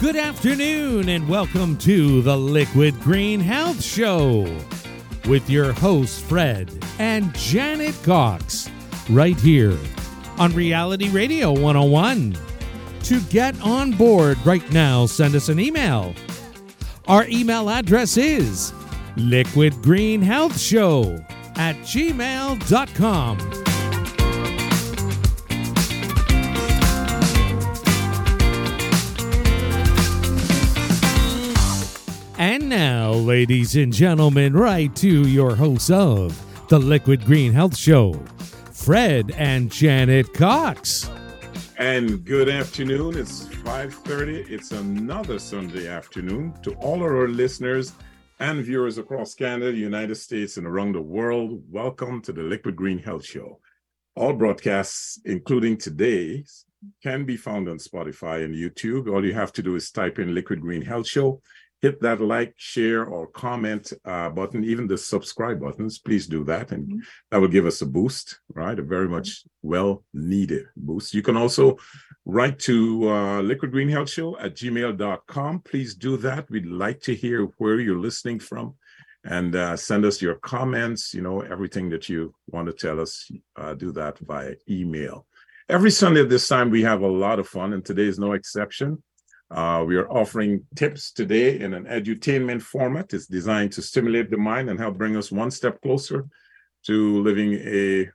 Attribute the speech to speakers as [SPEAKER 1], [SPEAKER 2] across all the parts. [SPEAKER 1] Good afternoon, and welcome to the Liquid Green Health Show with your hosts, Fred and Janet Cox, right here on Reality Radio 101. To get on board right now, send us an email. Our email address is liquidgreenhealthshow at gmail.com. And now, ladies and gentlemen, right to your hosts of the Liquid Green Health Show, Fred and Janet Cox.
[SPEAKER 2] And good afternoon. It's 5:30. It's another Sunday afternoon to all of our listeners and viewers across Canada, United States, and around the world. Welcome to the Liquid Green Health Show. All broadcasts, including today's, can be found on Spotify and YouTube. All you have to do is type in Liquid Green Health Show, hit that like, share, or comment uh, button, even the subscribe buttons. Please do that, and that will give us a boost, right? A very much well needed boost. You can also write to uh, Liquid Green Health Show at gmail.com. Please do that. We'd like to hear where you're listening from and uh, send us your comments, you know, everything that you want to tell us. Uh, do that via email. Every Sunday at this time, we have a lot of fun, and today is no exception. Uh, we are offering tips today in an edutainment format. It's designed to stimulate the mind and help bring us one step closer to living a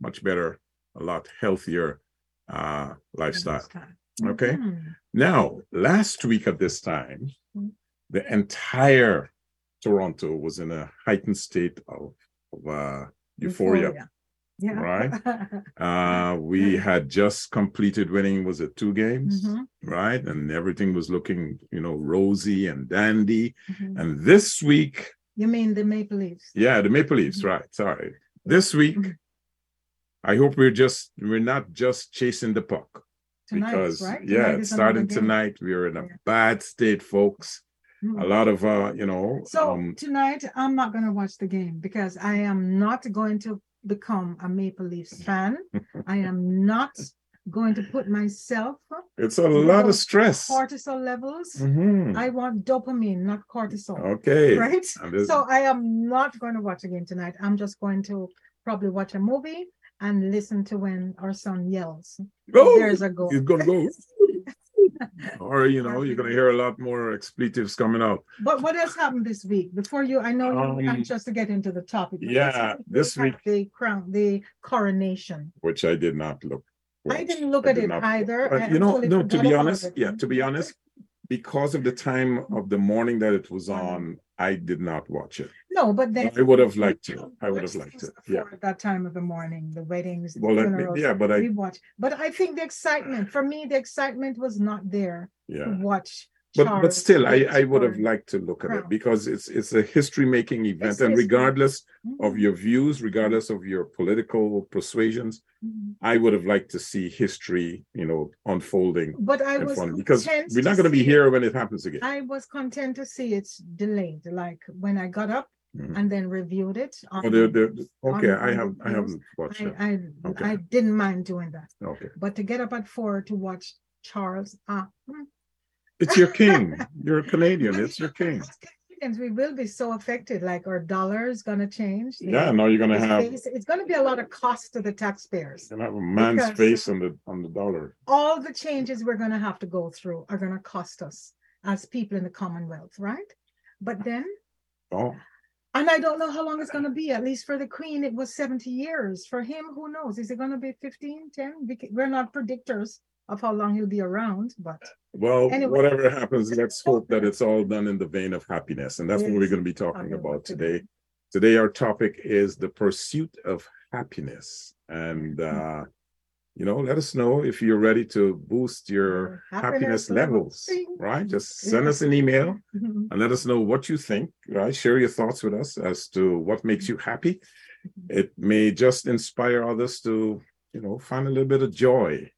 [SPEAKER 2] much better, a lot healthier uh, lifestyle. Okay.
[SPEAKER 3] Mhm.
[SPEAKER 2] Now, last week at this time,
[SPEAKER 3] Hmm.
[SPEAKER 2] the entire Toronto was in a heightened state of, of uh, euphoria.
[SPEAKER 3] Yeah.
[SPEAKER 2] right? Uh, we had just completed winning, was it two games?
[SPEAKER 3] Mhm,
[SPEAKER 2] Right. And everything was looking, you know, rosy and dandy.
[SPEAKER 3] mhm.
[SPEAKER 2] And this week,
[SPEAKER 3] You mean the Maple Leafs?
[SPEAKER 2] yeah, the Maple Leafs,
[SPEAKER 3] Mm-hmm.
[SPEAKER 2] right. Sorry. This week,
[SPEAKER 3] Mhm.
[SPEAKER 2] I hope we're just, we're not just chasing the puck
[SPEAKER 3] Tonight,
[SPEAKER 2] because,
[SPEAKER 3] right?
[SPEAKER 2] yeah,
[SPEAKER 3] Tonight
[SPEAKER 2] it's
[SPEAKER 3] is another
[SPEAKER 2] starting
[SPEAKER 3] game.
[SPEAKER 2] tonight. We are in a
[SPEAKER 3] Yeah.
[SPEAKER 2] bad state, folks.
[SPEAKER 3] Mhm.
[SPEAKER 2] A lot of, uh, you know,
[SPEAKER 3] So
[SPEAKER 2] um,
[SPEAKER 3] tonight, I'm not going to watch the game because I am not going to become a Maple Leafs fan. I am not going to put myself
[SPEAKER 2] it's a lot of stress.
[SPEAKER 3] cortisol levels.
[SPEAKER 2] Mhm.
[SPEAKER 3] I want dopamine, not cortisol.
[SPEAKER 2] Okay.
[SPEAKER 3] Right?
[SPEAKER 2] And this-
[SPEAKER 3] So I am not going to watch a game tonight. I'm just going to probably watch a movie and listen to when our son yells.
[SPEAKER 2] Oh!
[SPEAKER 3] There's a goal.
[SPEAKER 2] It's gonna go. or you know, you're gonna hear a lot more expletives coming out.
[SPEAKER 3] But what else happened this week? Before you, I know
[SPEAKER 2] Um,
[SPEAKER 3] you I'm just to get into the topic. but
[SPEAKER 2] yeah, this
[SPEAKER 3] we had the crown, the coronation.
[SPEAKER 2] Which I did not look.
[SPEAKER 3] I
[SPEAKER 2] watch.
[SPEAKER 3] didn't look
[SPEAKER 2] I
[SPEAKER 3] at
[SPEAKER 2] did
[SPEAKER 3] it
[SPEAKER 2] not
[SPEAKER 3] either.
[SPEAKER 2] watch.
[SPEAKER 3] I
[SPEAKER 2] You know,
[SPEAKER 3] actually
[SPEAKER 2] no, to
[SPEAKER 3] forgot
[SPEAKER 2] be
[SPEAKER 3] about
[SPEAKER 2] honest,
[SPEAKER 3] it.
[SPEAKER 2] yeah, to be honest, because of the time of the morning that it was on, I did not watch it.
[SPEAKER 3] No, but then
[SPEAKER 2] I would have liked to. I would have liked to. Yeah.
[SPEAKER 3] At that time of the morning, the weddings, the
[SPEAKER 2] Well, let me,
[SPEAKER 3] funerals.
[SPEAKER 2] yeah, but
[SPEAKER 3] We
[SPEAKER 2] I,
[SPEAKER 3] watched, but I think the excitement for me, the excitement was not there to
[SPEAKER 2] yeah.
[SPEAKER 3] watch.
[SPEAKER 2] But but
[SPEAKER 3] Charles
[SPEAKER 2] still, I I
[SPEAKER 3] Charles
[SPEAKER 2] would have
[SPEAKER 3] Crown.
[SPEAKER 2] liked to look at it
[SPEAKER 3] Crown.
[SPEAKER 2] because it's it's a history making event,
[SPEAKER 3] It's
[SPEAKER 2] and
[SPEAKER 3] history.
[SPEAKER 2] regardless of
[SPEAKER 3] Mhm,
[SPEAKER 2] your views, regardless of your political persuasions,
[SPEAKER 3] mhm.
[SPEAKER 2] I would have liked to see history, you know, unfolding
[SPEAKER 3] But I
[SPEAKER 2] in
[SPEAKER 3] was
[SPEAKER 2] front because
[SPEAKER 3] content
[SPEAKER 2] we're not
[SPEAKER 3] to
[SPEAKER 2] going to be
[SPEAKER 3] see it.
[SPEAKER 2] here when it happens again.
[SPEAKER 3] I was content to see it's delayed, like when I got up
[SPEAKER 2] Mhm.
[SPEAKER 3] and then reviewed it.
[SPEAKER 2] Oh,
[SPEAKER 3] on-
[SPEAKER 2] they're- they're- okay,
[SPEAKER 3] on-
[SPEAKER 2] I
[SPEAKER 3] on
[SPEAKER 2] have I
[SPEAKER 3] videos.
[SPEAKER 2] haven't watched
[SPEAKER 3] I,
[SPEAKER 2] that.
[SPEAKER 3] I,
[SPEAKER 2] Okay.
[SPEAKER 3] I didn't mind doing that,
[SPEAKER 2] Okay,
[SPEAKER 3] but to get up at four to watch Charles, ah, mm,
[SPEAKER 2] it's your king. You're a Canadian. It's your king.
[SPEAKER 3] as Canadians, we will be so affected. Like our dollar is going to change. the-
[SPEAKER 2] Yeah, now you're going to
[SPEAKER 3] the
[SPEAKER 2] have
[SPEAKER 3] space- it's going to be a lot of cost to the taxpayers.
[SPEAKER 2] you're gonna have a man's
[SPEAKER 3] Because-
[SPEAKER 2] face on the on the dollar.
[SPEAKER 3] All the changes we're going to have to go through are going to cost us as people in the Commonwealth, right? But then
[SPEAKER 2] Oh,
[SPEAKER 3] And I don't know how long it's going to be. At least for the Queen, it was 70 years. For him, who knows? Is it going to be 15, 10? We ca- We're not predictors of how long he'll be around, but
[SPEAKER 2] well,
[SPEAKER 3] Anyway.
[SPEAKER 2] whatever happens, let's hope that it's all done in the vein of happiness, and that's what we're
[SPEAKER 3] Yes.
[SPEAKER 2] going to be
[SPEAKER 3] I'll
[SPEAKER 2] talking
[SPEAKER 3] be
[SPEAKER 2] about
[SPEAKER 3] watching.
[SPEAKER 2] today. Today, our topic is the pursuit of happiness. And,
[SPEAKER 3] Mm-hmm.
[SPEAKER 2] uh, you know, let us know if you're ready to boost your happiness, levels, right? Just send us an email
[SPEAKER 3] Mhm.
[SPEAKER 2] and let us know what you think, right? Share your thoughts with us as to what makes you happy.
[SPEAKER 3] Mm-hmm.
[SPEAKER 2] It may just inspire others to, you know, find a little bit of joy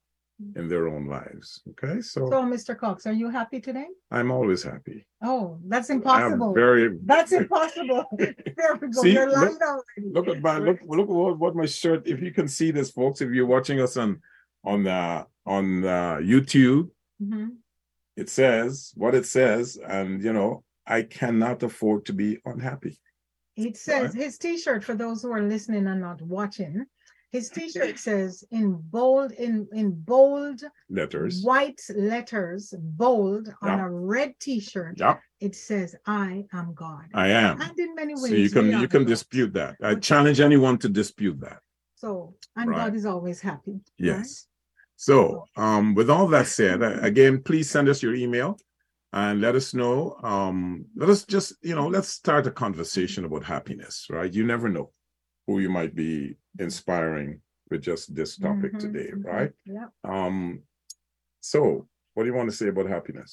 [SPEAKER 2] in their own lives. Okay.
[SPEAKER 3] Mm-hmm. So,
[SPEAKER 2] So
[SPEAKER 3] Mr. Cox, are you happy today?
[SPEAKER 2] I'm always happy.
[SPEAKER 3] Oh, that's
[SPEAKER 2] I'm
[SPEAKER 3] impossible.
[SPEAKER 2] very
[SPEAKER 3] That's impossible. There we go.
[SPEAKER 2] See,
[SPEAKER 3] You're
[SPEAKER 2] look-
[SPEAKER 3] lying down already.
[SPEAKER 2] look at my look look what, what my shirt if you can see this folks if you're watching us on on uh on uh youtube
[SPEAKER 3] Mhm.
[SPEAKER 2] it says what it says and you know i cannot afford to be unhappy
[SPEAKER 3] It says his T-shirt for those who are listening and not watching. His T-shirt says in bold in in bold
[SPEAKER 2] letters
[SPEAKER 3] white letters, bold on
[SPEAKER 2] Yeah.
[SPEAKER 3] a red T-shirt.
[SPEAKER 2] yeah
[SPEAKER 3] It says, "I am God,"
[SPEAKER 2] i am
[SPEAKER 3] and in many ways,
[SPEAKER 2] Uh, so you can
[SPEAKER 3] we are
[SPEAKER 2] you can
[SPEAKER 3] God.
[SPEAKER 2] dispute that i challenge anyone to dispute that
[SPEAKER 3] So, and
[SPEAKER 2] Right.
[SPEAKER 3] God is always happy. right?
[SPEAKER 2] Yes. So, um, with all that said, uh, again, please send us your email and let us know. Um, let us just, you know, let's start a conversation about happiness, right? You never know who you might be inspiring with just this topic
[SPEAKER 3] Mhm,
[SPEAKER 2] today,
[SPEAKER 3] mhm.
[SPEAKER 2] right?
[SPEAKER 3] Yeah.
[SPEAKER 2] Um, so, what do you want to say about happiness?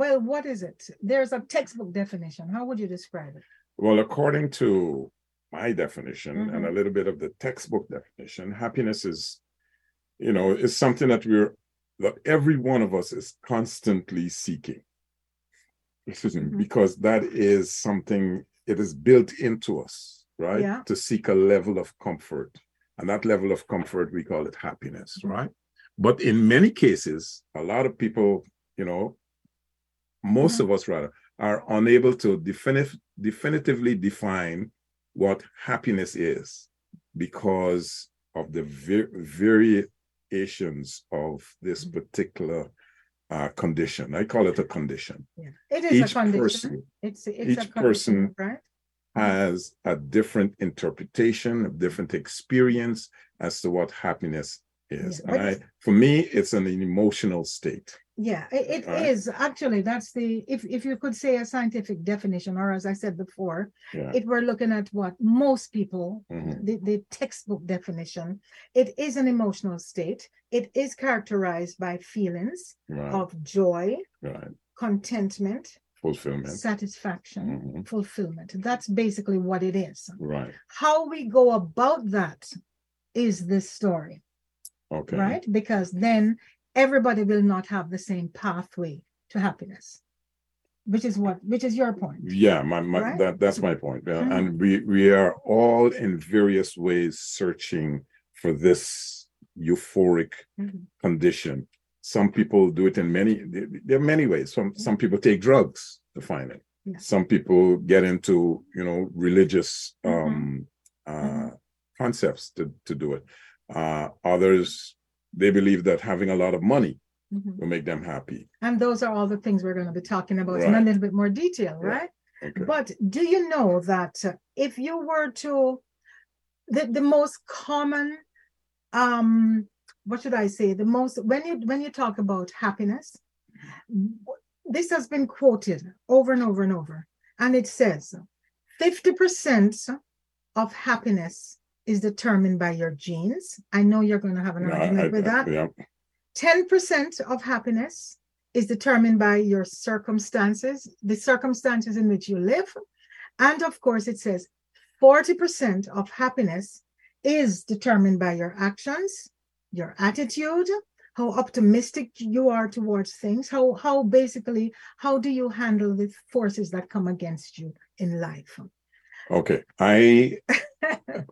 [SPEAKER 3] Well, what is it? There's a textbook definition. How would you describe it?
[SPEAKER 2] Well, according to my definition and
[SPEAKER 3] Mhm.
[SPEAKER 2] a little bit of the textbook definition, happiness is, you know, is something that we're that every one of us is constantly seeking. Excuse me,
[SPEAKER 3] Mhm.
[SPEAKER 2] because that is something it is built into us, right?
[SPEAKER 3] Yeah.
[SPEAKER 2] To seek a level of comfort. And that level of comfort, we call it happiness,
[SPEAKER 3] Mhm.
[SPEAKER 2] right? But in many cases, a lot of people, you know, most
[SPEAKER 3] Mhm.
[SPEAKER 2] of us rather, are unable to definif- definitively define what happiness is because of the va- variations of this
[SPEAKER 3] Mhm.
[SPEAKER 2] particular uh, condition. I call it a condition.
[SPEAKER 3] Yeah. It is
[SPEAKER 2] Each
[SPEAKER 3] a condition.
[SPEAKER 2] person
[SPEAKER 3] it's it's a
[SPEAKER 2] each
[SPEAKER 3] condition,
[SPEAKER 2] person
[SPEAKER 3] right?
[SPEAKER 2] has a different interpretation, a different experience as to what happiness is.
[SPEAKER 3] Yeah,
[SPEAKER 2] And
[SPEAKER 3] but
[SPEAKER 2] I,
[SPEAKER 3] it's-
[SPEAKER 2] for me, it's an emotional state.
[SPEAKER 3] Yeah, it, it
[SPEAKER 2] Right.
[SPEAKER 3] is actually that's the if if you could say a scientific definition, or as I said before,
[SPEAKER 2] Yeah.
[SPEAKER 3] if we're looking at what most people
[SPEAKER 2] Mhm.
[SPEAKER 3] the, the textbook definition, it is an emotional state. It is characterized by feelings
[SPEAKER 2] Right.
[SPEAKER 3] of joy,
[SPEAKER 2] Right.
[SPEAKER 3] contentment,
[SPEAKER 2] Fulfillment.
[SPEAKER 3] satisfaction,
[SPEAKER 2] Mhm.
[SPEAKER 3] fulfillment. That's basically what it is.
[SPEAKER 2] Right.
[SPEAKER 3] How we go about that is this story,
[SPEAKER 2] Okay.
[SPEAKER 3] right? Because then everybody will not have the same pathway to happiness, which is what, which is your point.
[SPEAKER 2] Yeah, my, my
[SPEAKER 3] Right?
[SPEAKER 2] that that's my point. Yeah,
[SPEAKER 3] Mhm.
[SPEAKER 2] And we we are all in various ways searching for this euphoric
[SPEAKER 3] Mhm.
[SPEAKER 2] condition. Some people do it in many there are many ways. Some some people take drugs to find it.
[SPEAKER 3] Yeah.
[SPEAKER 2] Some people get into, you know, religious
[SPEAKER 3] Mhm.
[SPEAKER 2] um uh
[SPEAKER 3] Mhm.
[SPEAKER 2] concepts to to do it. Uh others they believe that having a lot of money
[SPEAKER 3] Mhm.
[SPEAKER 2] will make them happy.
[SPEAKER 3] And those are all the things we're going to be talking about in a
[SPEAKER 2] Right.
[SPEAKER 3] little bit more detail,
[SPEAKER 2] Yeah.
[SPEAKER 3] right?
[SPEAKER 2] Okay.
[SPEAKER 3] But do you know that uh, if you were to, the, the most common, um, what should I say? The most when you when you talk about happiness, w- this has been quoted over and over and over, and it says, fifty percent of happiness is determined by your genes. I know you're going to have an
[SPEAKER 2] No, I-
[SPEAKER 3] argument
[SPEAKER 2] I-
[SPEAKER 3] with that.
[SPEAKER 2] yeah,
[SPEAKER 3] 10% of happiness is determined by your circumstances, the circumstances in which you live. And of course, it says 40% of happiness is determined by your actions, your attitude, how optimistic you are towards things, how, how basically, how do you handle the forces that come against you in life?
[SPEAKER 2] Okay, I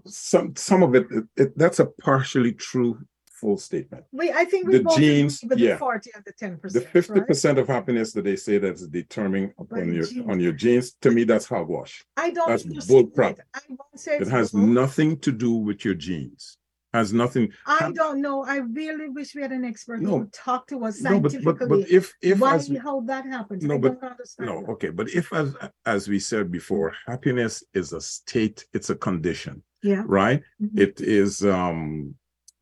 [SPEAKER 2] some some of it, it, it- that's a partially true full statement.
[SPEAKER 3] We, I think
[SPEAKER 2] The
[SPEAKER 3] we both agree
[SPEAKER 2] genes,
[SPEAKER 3] with
[SPEAKER 2] yeah.
[SPEAKER 3] the 40 and the 10%.
[SPEAKER 2] The fifty
[SPEAKER 3] right?
[SPEAKER 2] percent of happiness that they say that's determining upon
[SPEAKER 3] the
[SPEAKER 2] your
[SPEAKER 3] genes.
[SPEAKER 2] on your genes, to me, that's hogwash.
[SPEAKER 3] I don't
[SPEAKER 2] That's
[SPEAKER 3] understand
[SPEAKER 2] bull crap.
[SPEAKER 3] it. I won't say
[SPEAKER 2] It
[SPEAKER 3] it's
[SPEAKER 2] has
[SPEAKER 3] bull.
[SPEAKER 2] nothing to do with your genes. Has nothing.
[SPEAKER 3] I
[SPEAKER 2] hap-
[SPEAKER 3] don't know. I really wish we had an expert
[SPEAKER 2] Um, No.
[SPEAKER 3] who would talk to us
[SPEAKER 2] No, but
[SPEAKER 3] scientifically.
[SPEAKER 2] but but if if
[SPEAKER 3] why
[SPEAKER 2] as we-
[SPEAKER 3] how that happens.
[SPEAKER 2] No,
[SPEAKER 3] I
[SPEAKER 2] but-
[SPEAKER 3] don't understand.
[SPEAKER 2] no
[SPEAKER 3] that.
[SPEAKER 2] okay, but if as as we said before, happiness is a state. It's a condition,
[SPEAKER 3] Yeah.
[SPEAKER 2] right?
[SPEAKER 3] mhm.
[SPEAKER 2] It is um,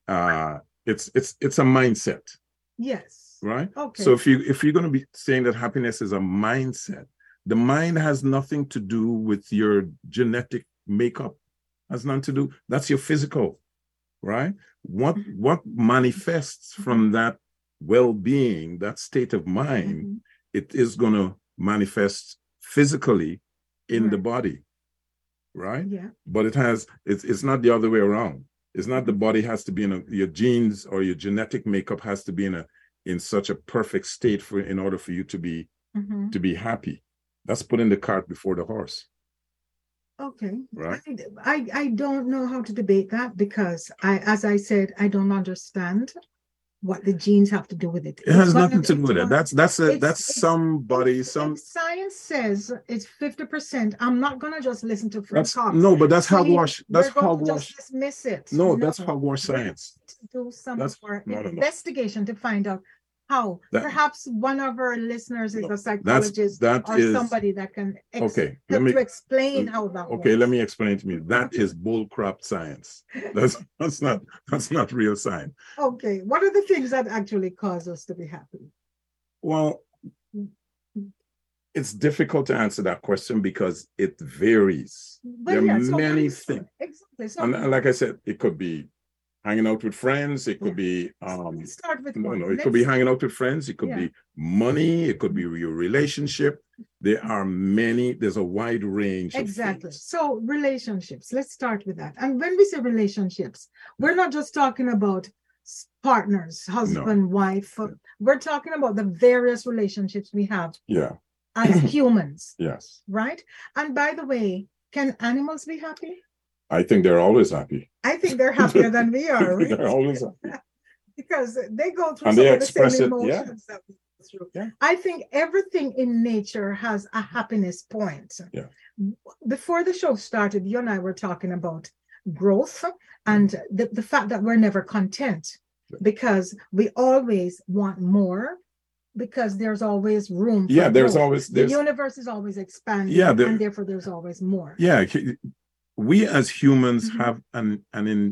[SPEAKER 2] uh, it's it's it's a mindset,
[SPEAKER 3] yes.
[SPEAKER 2] right?
[SPEAKER 3] Okay.
[SPEAKER 2] So if you if you're going to be saying that happiness is a mindset, the mind has nothing to do with your genetic makeup has nothing to do. That's your physical, right? What
[SPEAKER 3] Mm-hmm.
[SPEAKER 2] what manifests from that well-being, that state of mind,
[SPEAKER 3] Mhm.
[SPEAKER 2] it is gonna manifest physically in the
[SPEAKER 3] Right.
[SPEAKER 2] body, right?
[SPEAKER 3] Mm-hmm. Yeah.
[SPEAKER 2] but it has it's it's not the other way around it's not the body has to be in a your genes or your genetic makeup has to be in a in such a perfect state for in order for you to be
[SPEAKER 3] Mhm.
[SPEAKER 2] to be happy that's putting the cart before the horse
[SPEAKER 3] Okay.
[SPEAKER 2] Right.
[SPEAKER 3] I, I I don't know how to debate that because I, as I said, I don't understand what the genes have to do with it.
[SPEAKER 2] it has
[SPEAKER 3] It's one of
[SPEAKER 2] nothing to
[SPEAKER 3] the-
[SPEAKER 2] do with
[SPEAKER 3] it's
[SPEAKER 2] it
[SPEAKER 3] one-
[SPEAKER 2] that's that's a
[SPEAKER 3] It's-
[SPEAKER 2] that's
[SPEAKER 3] it's-
[SPEAKER 2] somebody
[SPEAKER 3] if- if
[SPEAKER 2] some
[SPEAKER 3] science says it's 50%. I'm not gonna just listen to Fred
[SPEAKER 2] that's
[SPEAKER 3] Cox.
[SPEAKER 2] no but that's
[SPEAKER 3] We're
[SPEAKER 2] hogwash that's
[SPEAKER 3] going to just
[SPEAKER 2] hogwash
[SPEAKER 3] Dismiss it.
[SPEAKER 2] no that's hogwash science
[SPEAKER 3] to do some
[SPEAKER 2] That's-
[SPEAKER 3] more
[SPEAKER 2] no, no, no.
[SPEAKER 3] investigation to find out how.
[SPEAKER 2] That-
[SPEAKER 3] Perhaps one of our listeners is
[SPEAKER 2] No,
[SPEAKER 3] a
[SPEAKER 2] that's
[SPEAKER 3] psychologist
[SPEAKER 2] that
[SPEAKER 3] or
[SPEAKER 2] is
[SPEAKER 3] somebody that can ex-
[SPEAKER 2] okay
[SPEAKER 3] to,
[SPEAKER 2] let me
[SPEAKER 3] to explain how that.
[SPEAKER 2] okay
[SPEAKER 3] works.
[SPEAKER 2] let me explain to me that is bullcrap science that's that's not that's not real science
[SPEAKER 3] Okay, what are the things that actually cause us to be happy?
[SPEAKER 2] Well, it's difficult to answer that question because it varies.
[SPEAKER 3] But
[SPEAKER 2] There are
[SPEAKER 3] yeah, so
[SPEAKER 2] many
[SPEAKER 3] answer it.
[SPEAKER 2] things.
[SPEAKER 3] Exactly. So
[SPEAKER 2] And uh, and like I said, it could be hanging out with friends, it could be um
[SPEAKER 3] let's start with
[SPEAKER 2] no,
[SPEAKER 3] one.
[SPEAKER 2] no, it could be
[SPEAKER 3] Let's-
[SPEAKER 2] hanging out with friends, it could
[SPEAKER 3] Yeah.
[SPEAKER 2] be money, it could be your relationship. There are many, there's a wide range. of
[SPEAKER 3] Exactly.
[SPEAKER 2] things.
[SPEAKER 3] So relationships. Let's start with that. And when we say relationships, we're not just talking about s- partners, husband, wife. uh, We're talking about the various relationships we have
[SPEAKER 2] Yeah,
[SPEAKER 3] as humans,
[SPEAKER 2] yes.
[SPEAKER 3] right? And by the way, can animals be happy?
[SPEAKER 2] I think they're always happy.
[SPEAKER 3] I think they're happier than we are, right?
[SPEAKER 2] They're always happy.
[SPEAKER 3] because they go through
[SPEAKER 2] And
[SPEAKER 3] some
[SPEAKER 2] they
[SPEAKER 3] of the
[SPEAKER 2] express it,
[SPEAKER 3] same
[SPEAKER 2] yeah.
[SPEAKER 3] emotions that we go through.
[SPEAKER 2] Yeah.
[SPEAKER 3] I think everything in nature has a happiness point.
[SPEAKER 2] Yeah.
[SPEAKER 3] W- Before the show started, you and I were talking about growth and the, the fact that we're never content
[SPEAKER 2] Yeah.
[SPEAKER 3] because we always want more because there's always room. For
[SPEAKER 2] Yeah, there's
[SPEAKER 3] growth.
[SPEAKER 2] always
[SPEAKER 3] the
[SPEAKER 2] there's
[SPEAKER 3] universe is always expanding,
[SPEAKER 2] Yeah, there-
[SPEAKER 3] and therefore there's always more.
[SPEAKER 2] yeah c- we as humans
[SPEAKER 3] Mhm.
[SPEAKER 2] have an an in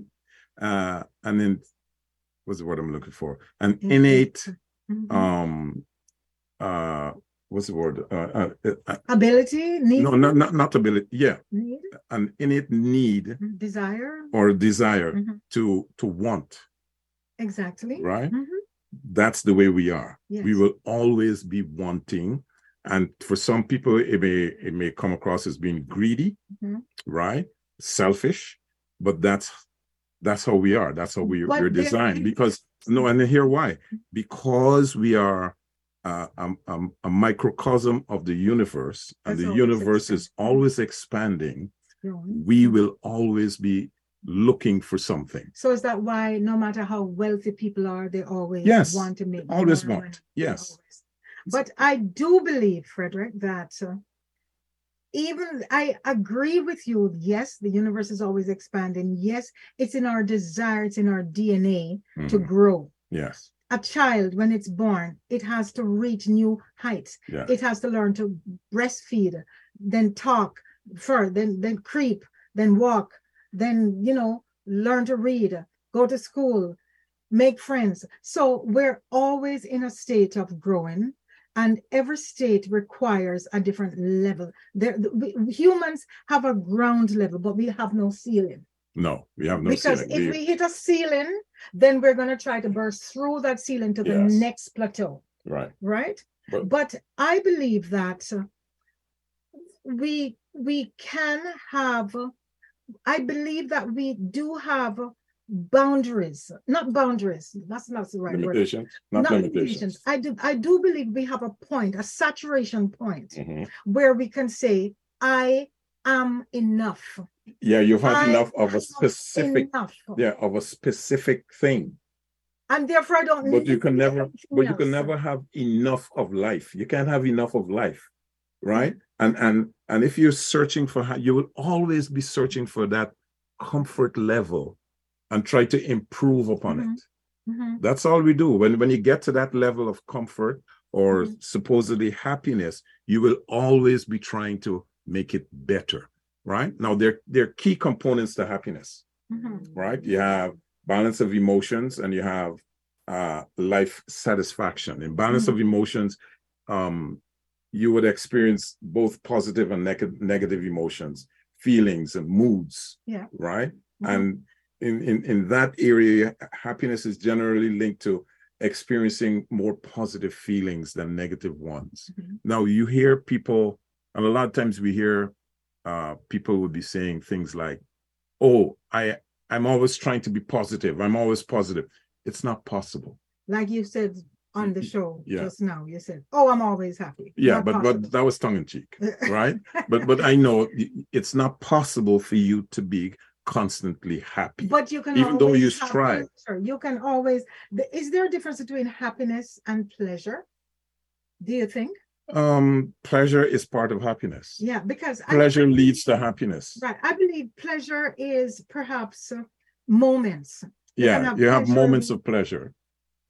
[SPEAKER 2] uh an in what's the word i'm looking for an
[SPEAKER 3] Instinct.
[SPEAKER 2] innate
[SPEAKER 3] Mhm.
[SPEAKER 2] um uh what's the word uh, uh, uh, uh
[SPEAKER 3] Ability, need,
[SPEAKER 2] no not, not not ability yeah
[SPEAKER 3] need,
[SPEAKER 2] an innate need
[SPEAKER 3] desire,
[SPEAKER 2] or desire
[SPEAKER 3] Mhm.
[SPEAKER 2] to to want
[SPEAKER 3] exactly.
[SPEAKER 2] right
[SPEAKER 3] Mhm.
[SPEAKER 2] that's the way we are
[SPEAKER 3] Yes.
[SPEAKER 2] we will always be wanting and for some people it may it may come across as being greedy
[SPEAKER 3] Mhm.
[SPEAKER 2] right selfish but that's that's how we are that's how we,
[SPEAKER 3] But
[SPEAKER 2] we're
[SPEAKER 3] there
[SPEAKER 2] designed
[SPEAKER 3] is- Mm-hmm.
[SPEAKER 2] because no and here why because we are uh, um, um, a microcosm of the universe and
[SPEAKER 3] That's
[SPEAKER 2] the
[SPEAKER 3] always
[SPEAKER 2] universe is
[SPEAKER 3] expanding. Mm-hmm.
[SPEAKER 2] always expanding
[SPEAKER 3] growing.
[SPEAKER 2] we will always be looking for something
[SPEAKER 3] So is that why no matter how wealthy people are, they always
[SPEAKER 2] Yes,
[SPEAKER 3] want to make
[SPEAKER 2] always
[SPEAKER 3] more
[SPEAKER 2] want,
[SPEAKER 3] money,
[SPEAKER 2] yes.
[SPEAKER 3] always. But I do believe, Frederick, that uh, even I agree with you. Yes, the universe is always expanding. Yes, it's in our desire, it's in our DNA to
[SPEAKER 2] Mhm.
[SPEAKER 3] grow.
[SPEAKER 2] yes
[SPEAKER 3] A child, when it's born, it has to reach new heights.
[SPEAKER 2] yeah
[SPEAKER 3] It has to learn to breastfeed, then talk, fur, then then creep, then walk, then you know, learn to read, go to school, make friends. So we're always in a state of growing, and every state requires a different level. There, we, humans have a ground level, but we have no ceiling
[SPEAKER 2] no we have no
[SPEAKER 3] because
[SPEAKER 2] ceiling.
[SPEAKER 3] if
[SPEAKER 2] We-
[SPEAKER 3] we hit a ceiling, then we're going to try to burst through that ceiling to the
[SPEAKER 2] Yes.
[SPEAKER 3] next plateau
[SPEAKER 2] right
[SPEAKER 3] right
[SPEAKER 2] But-
[SPEAKER 3] but, i believe that uh, we we can have uh, i believe that we do have uh, boundaries not boundaries that's not the right word
[SPEAKER 2] limitations not, limitations,
[SPEAKER 3] i do i do believe we have a point a saturation point
[SPEAKER 2] Mhm.
[SPEAKER 3] where we can say i am enough
[SPEAKER 2] yeah you've had
[SPEAKER 3] I
[SPEAKER 2] enough of
[SPEAKER 3] am
[SPEAKER 2] a specific
[SPEAKER 3] enough
[SPEAKER 2] yeah of a specific thing
[SPEAKER 3] and therefore i don't
[SPEAKER 2] but you
[SPEAKER 3] need
[SPEAKER 2] can never
[SPEAKER 3] anything
[SPEAKER 2] but you can
[SPEAKER 3] else.
[SPEAKER 2] never have enough of life you can't have enough of life right
[SPEAKER 3] Mm-hmm.
[SPEAKER 2] and and and if you're searching for ha- you will always be searching for that comfort level and try to improve upon
[SPEAKER 3] Mhm.
[SPEAKER 2] it
[SPEAKER 3] Mhm,
[SPEAKER 2] that's all we do when when you get to that level of comfort or
[SPEAKER 3] Mhm.
[SPEAKER 2] supposedly happiness you will always be trying to make it better right now there there are key components to happiness
[SPEAKER 3] mhm.
[SPEAKER 2] right? You have balance of emotions and you have uh, life satisfaction. In balance of emotions, um, you would experience both positive and neg- negative emotions. feelings and moods.
[SPEAKER 3] Yeah.
[SPEAKER 2] Right.
[SPEAKER 3] Mhm.
[SPEAKER 2] And in, in, in that area, happiness is generally linked to experiencing more positive feelings than negative ones.
[SPEAKER 3] Mhm.
[SPEAKER 2] Now, you hear people, and a lot of times we hear uh, people would be saying things like, oh, I, I'm always trying to be positive. I'm always positive. It's not possible.
[SPEAKER 3] Like you said on the
[SPEAKER 2] Y-
[SPEAKER 3] show
[SPEAKER 2] Mm-hmm. yeah.
[SPEAKER 3] just now, you said, "Oh, I'm always happy."
[SPEAKER 2] Yeah,
[SPEAKER 3] Not
[SPEAKER 2] but
[SPEAKER 3] possible.
[SPEAKER 2] but that was tongue in cheek, right? but but I know y- it's not possible for you to be constantly happy.
[SPEAKER 3] But you can
[SPEAKER 2] even though you
[SPEAKER 3] always have
[SPEAKER 2] strive.
[SPEAKER 3] pleasure. You can always. the- Is there a difference between happiness and pleasure? Do you think?
[SPEAKER 2] um, pleasure is part of happiness.
[SPEAKER 3] Yeah, because I-
[SPEAKER 2] Pleasure leads to happiness.
[SPEAKER 3] Right. I believe pleasure is perhaps uh, moments. can
[SPEAKER 2] Yeah,
[SPEAKER 3] have
[SPEAKER 2] you have
[SPEAKER 3] pleasure
[SPEAKER 2] moments
[SPEAKER 3] with-
[SPEAKER 2] of pleasure,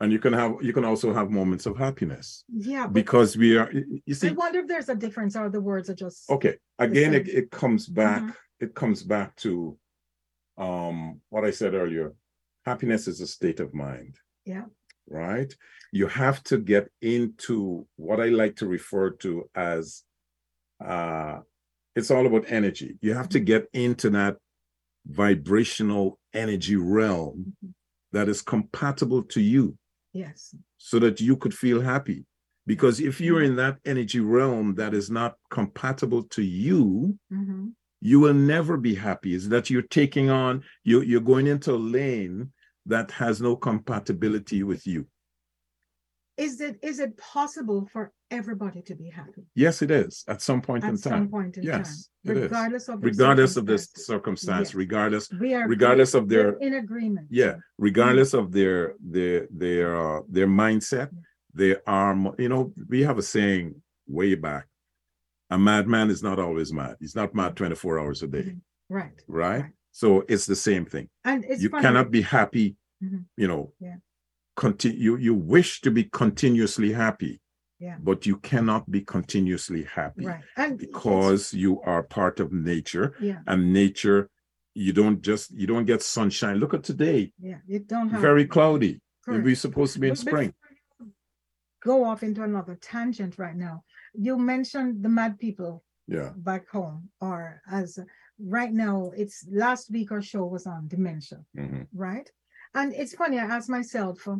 [SPEAKER 2] and you can have you can also have moments of happiness
[SPEAKER 3] Yeah. But
[SPEAKER 2] because we are. y- y- You
[SPEAKER 3] I
[SPEAKER 2] see,
[SPEAKER 3] wonder if there's a difference or the words are just.
[SPEAKER 2] okay. Again, it,
[SPEAKER 3] same.
[SPEAKER 2] it comes back. It comes back to um what I said earlier. Happiness is a state of mind.
[SPEAKER 3] Yeah.
[SPEAKER 2] Right. You have to get into what I like to refer to as uh it's all about energy. You have to get into that vibrational energy realm
[SPEAKER 3] Mhm.
[SPEAKER 2] that is compatible to you
[SPEAKER 3] Mm-hmm. Yes.
[SPEAKER 2] so that you could feel happy. Because if you're in that energy realm that is not compatible to you,
[SPEAKER 3] hmm
[SPEAKER 2] you will never be happy. Is that you're taking on, you, you're going into a lane that has no compatibility with you.
[SPEAKER 3] Is it is it possible for everybody to be happy
[SPEAKER 2] Yes, it is at some point in
[SPEAKER 3] at some
[SPEAKER 2] time.
[SPEAKER 3] point in
[SPEAKER 2] Yes, it
[SPEAKER 3] time,
[SPEAKER 2] is.
[SPEAKER 3] regardless of their
[SPEAKER 2] Regardless of this
[SPEAKER 3] circumstances?
[SPEAKER 2] circumstance,
[SPEAKER 3] Yes.
[SPEAKER 2] regardless,
[SPEAKER 3] We are
[SPEAKER 2] regardless of
[SPEAKER 3] we're
[SPEAKER 2] their
[SPEAKER 3] in agreement.
[SPEAKER 2] yeah regardless of their their their uh, their mindset they are mo- you know we have a saying way back a madman is not always mad he's not mad 24 hours a day
[SPEAKER 3] Mhm. Right.
[SPEAKER 2] right
[SPEAKER 3] Right.
[SPEAKER 2] so it's the same thing
[SPEAKER 3] And it's
[SPEAKER 2] you
[SPEAKER 3] funny.
[SPEAKER 2] cannot be happy
[SPEAKER 3] Mhm.
[SPEAKER 2] you know
[SPEAKER 3] Yeah.
[SPEAKER 2] continue you wish to be continuously happy
[SPEAKER 3] Yeah.
[SPEAKER 2] but you cannot be continuously happy
[SPEAKER 3] Right. And it's-
[SPEAKER 2] because you are part of nature
[SPEAKER 3] yeah,
[SPEAKER 2] and nature you don't just you don't get sunshine look at today
[SPEAKER 3] yeah, you don't have
[SPEAKER 2] very cloudy
[SPEAKER 3] Uh-huh. correct.
[SPEAKER 2] We're supposed to be in
[SPEAKER 3] But
[SPEAKER 2] spring.
[SPEAKER 3] before you Go off into another tangent right now. You mentioned the mad people
[SPEAKER 2] Yeah.
[SPEAKER 3] back home, or as right now, it's last week our show was on dementia,
[SPEAKER 2] Mhm.
[SPEAKER 3] right? And it's funny, I ask myself um,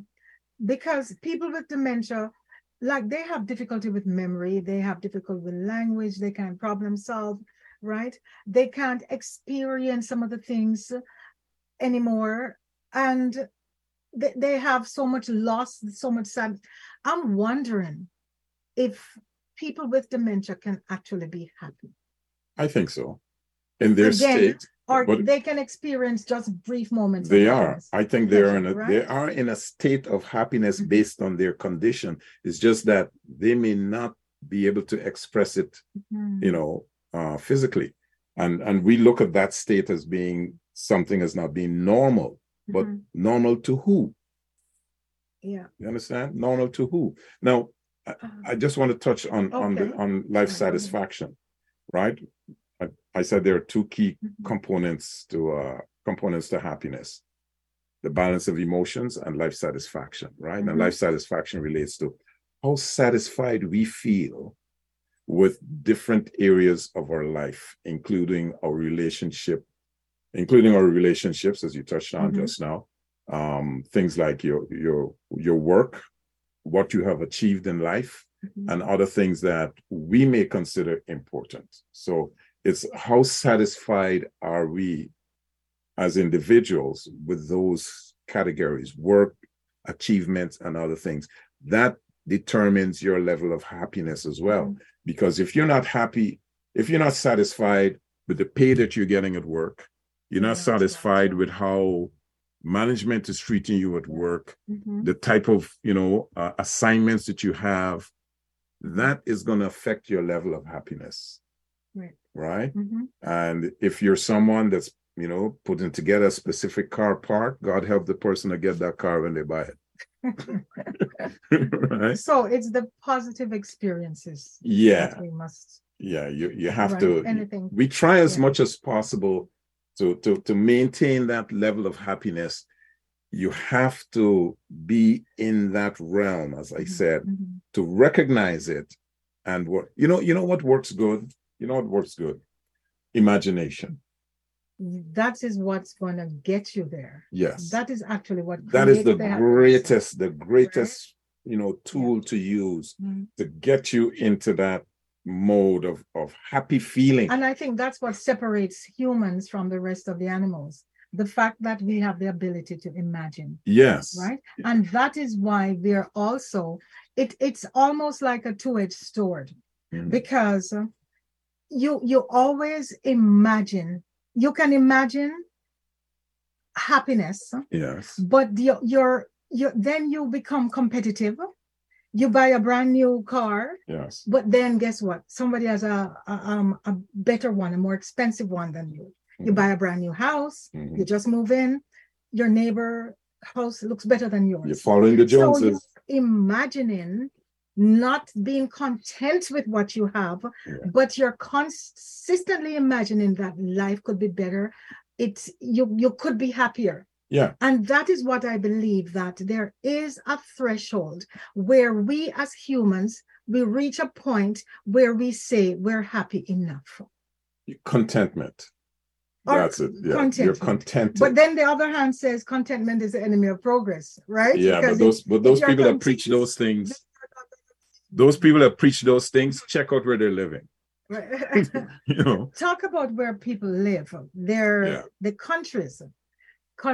[SPEAKER 3] because people with dementia, like they have difficulty with memory, they have difficulty with language, they can't problem solve, right? They can't experience some of the things anymore. And they, they have so much loss, so much sad. I'm wondering if people with dementia can actually be happy
[SPEAKER 2] I think so. In their
[SPEAKER 3] Again,
[SPEAKER 2] state,
[SPEAKER 3] or
[SPEAKER 2] But-
[SPEAKER 3] they can experience just brief moments. of
[SPEAKER 2] they are.
[SPEAKER 3] happiness.
[SPEAKER 2] I think they are in a
[SPEAKER 3] Pleasure,
[SPEAKER 2] they
[SPEAKER 3] right?
[SPEAKER 2] are in a state of happiness
[SPEAKER 3] Mhm.
[SPEAKER 2] based on their condition. It's just that they may not be able to express it,
[SPEAKER 3] Mm,
[SPEAKER 2] you know, uh, physically. And and we look at that state as being something as not being normal. But
[SPEAKER 3] mhm.
[SPEAKER 2] normal to who?
[SPEAKER 3] yeah.
[SPEAKER 2] You understand? Normal to who? Now, I just want to touch on on the
[SPEAKER 3] Okay.
[SPEAKER 2] on life
[SPEAKER 3] Right.
[SPEAKER 2] satisfaction, right? I, I said there are two key
[SPEAKER 3] Mhm.
[SPEAKER 2] components to uh components to happiness the balance of emotions and life satisfaction right
[SPEAKER 3] Mhm.
[SPEAKER 2] and life satisfaction relates to how satisfied we feel with different areas of our life including our relationship including our relationships as you touched on
[SPEAKER 3] Mhm.
[SPEAKER 2] just now um things like your your your work what you have achieved in life
[SPEAKER 3] Mhm.
[SPEAKER 2] and other things that we may consider important. So it's how satisfied are we as individuals with those categories, work, achievements, and other things. That determines your level of happiness as well.
[SPEAKER 3] Mhm.
[SPEAKER 2] Because if you're not happy, if you're not satisfied with the pay that you're getting at work, you're
[SPEAKER 3] Yeah,
[SPEAKER 2] not
[SPEAKER 3] that's right.
[SPEAKER 2] satisfied with how management is treating you at
[SPEAKER 3] Yeah.
[SPEAKER 2] work,
[SPEAKER 3] Mhm.
[SPEAKER 2] the type of you know uh, assignments that you have that is going to affect your level of happiness
[SPEAKER 3] Right.
[SPEAKER 2] right
[SPEAKER 3] Mhm.
[SPEAKER 2] and if you're someone that's you know putting together a specific car park god help the person to get that car when they buy it right
[SPEAKER 3] So it's the positive experiences. that
[SPEAKER 2] yeah
[SPEAKER 3] We must
[SPEAKER 2] yeah you you have
[SPEAKER 3] right,
[SPEAKER 2] to
[SPEAKER 3] anything.
[SPEAKER 2] we try as
[SPEAKER 3] Yeah.
[SPEAKER 2] much as possible to, to to maintain that level of happiness you have to be in that realm as i
[SPEAKER 3] Mhm.
[SPEAKER 2] said
[SPEAKER 3] Mhm.
[SPEAKER 2] to recognize it and what you know you know what works good you know what works good imagination.
[SPEAKER 3] That is what's going to get you there.
[SPEAKER 2] Yes.
[SPEAKER 3] That is actually what
[SPEAKER 2] that is
[SPEAKER 3] creates
[SPEAKER 2] the
[SPEAKER 3] happiness.
[SPEAKER 2] greatest, the greatest, you know, tool to use
[SPEAKER 3] Mhm.
[SPEAKER 2] to get you into that mode of of happy feeling.
[SPEAKER 3] And I think that's what separates humans from the rest of the animals the fact that we have the ability to imagine.
[SPEAKER 2] Yes.
[SPEAKER 3] right and that is why we're also it it's almost like a two-edged sword
[SPEAKER 2] Mhm.
[SPEAKER 3] because uh, you you always imagine you can imagine happiness
[SPEAKER 2] Yes.
[SPEAKER 3] but the- you're you then you become competitive you buy a brand new car
[SPEAKER 2] Yes.
[SPEAKER 3] but then guess what somebody has a, a um a better one a more expensive one than you you
[SPEAKER 2] Mhm.
[SPEAKER 3] buy a brand new house
[SPEAKER 2] Mhm.
[SPEAKER 3] you just move in your neighbor house looks better than
[SPEAKER 2] You're
[SPEAKER 3] yours
[SPEAKER 2] following the
[SPEAKER 3] so you're
[SPEAKER 2] Joneses.
[SPEAKER 3] imagining not being content with what you have
[SPEAKER 2] Yeah.
[SPEAKER 3] but you're consistently imagining that life could be better it's you you could be happier
[SPEAKER 2] Yeah.
[SPEAKER 3] and that is what i believe that there is a threshold where we as humans we reach a point where we say we're happy enough
[SPEAKER 2] Contentment.
[SPEAKER 3] Or
[SPEAKER 2] That's it. Yeah. You're
[SPEAKER 3] contentment.
[SPEAKER 2] contented.
[SPEAKER 3] but then the other hand says contentment is the enemy of progress right
[SPEAKER 2] yeah, but
[SPEAKER 3] Because
[SPEAKER 2] those but those
[SPEAKER 3] you're
[SPEAKER 2] people that preach
[SPEAKER 3] content-
[SPEAKER 2] those things, those people that preach those
[SPEAKER 3] Mm-hmm.
[SPEAKER 2] things, check out where they're living.
[SPEAKER 3] it-
[SPEAKER 2] You know.
[SPEAKER 3] talk about where people live, their
[SPEAKER 2] Yeah.
[SPEAKER 3] the countries.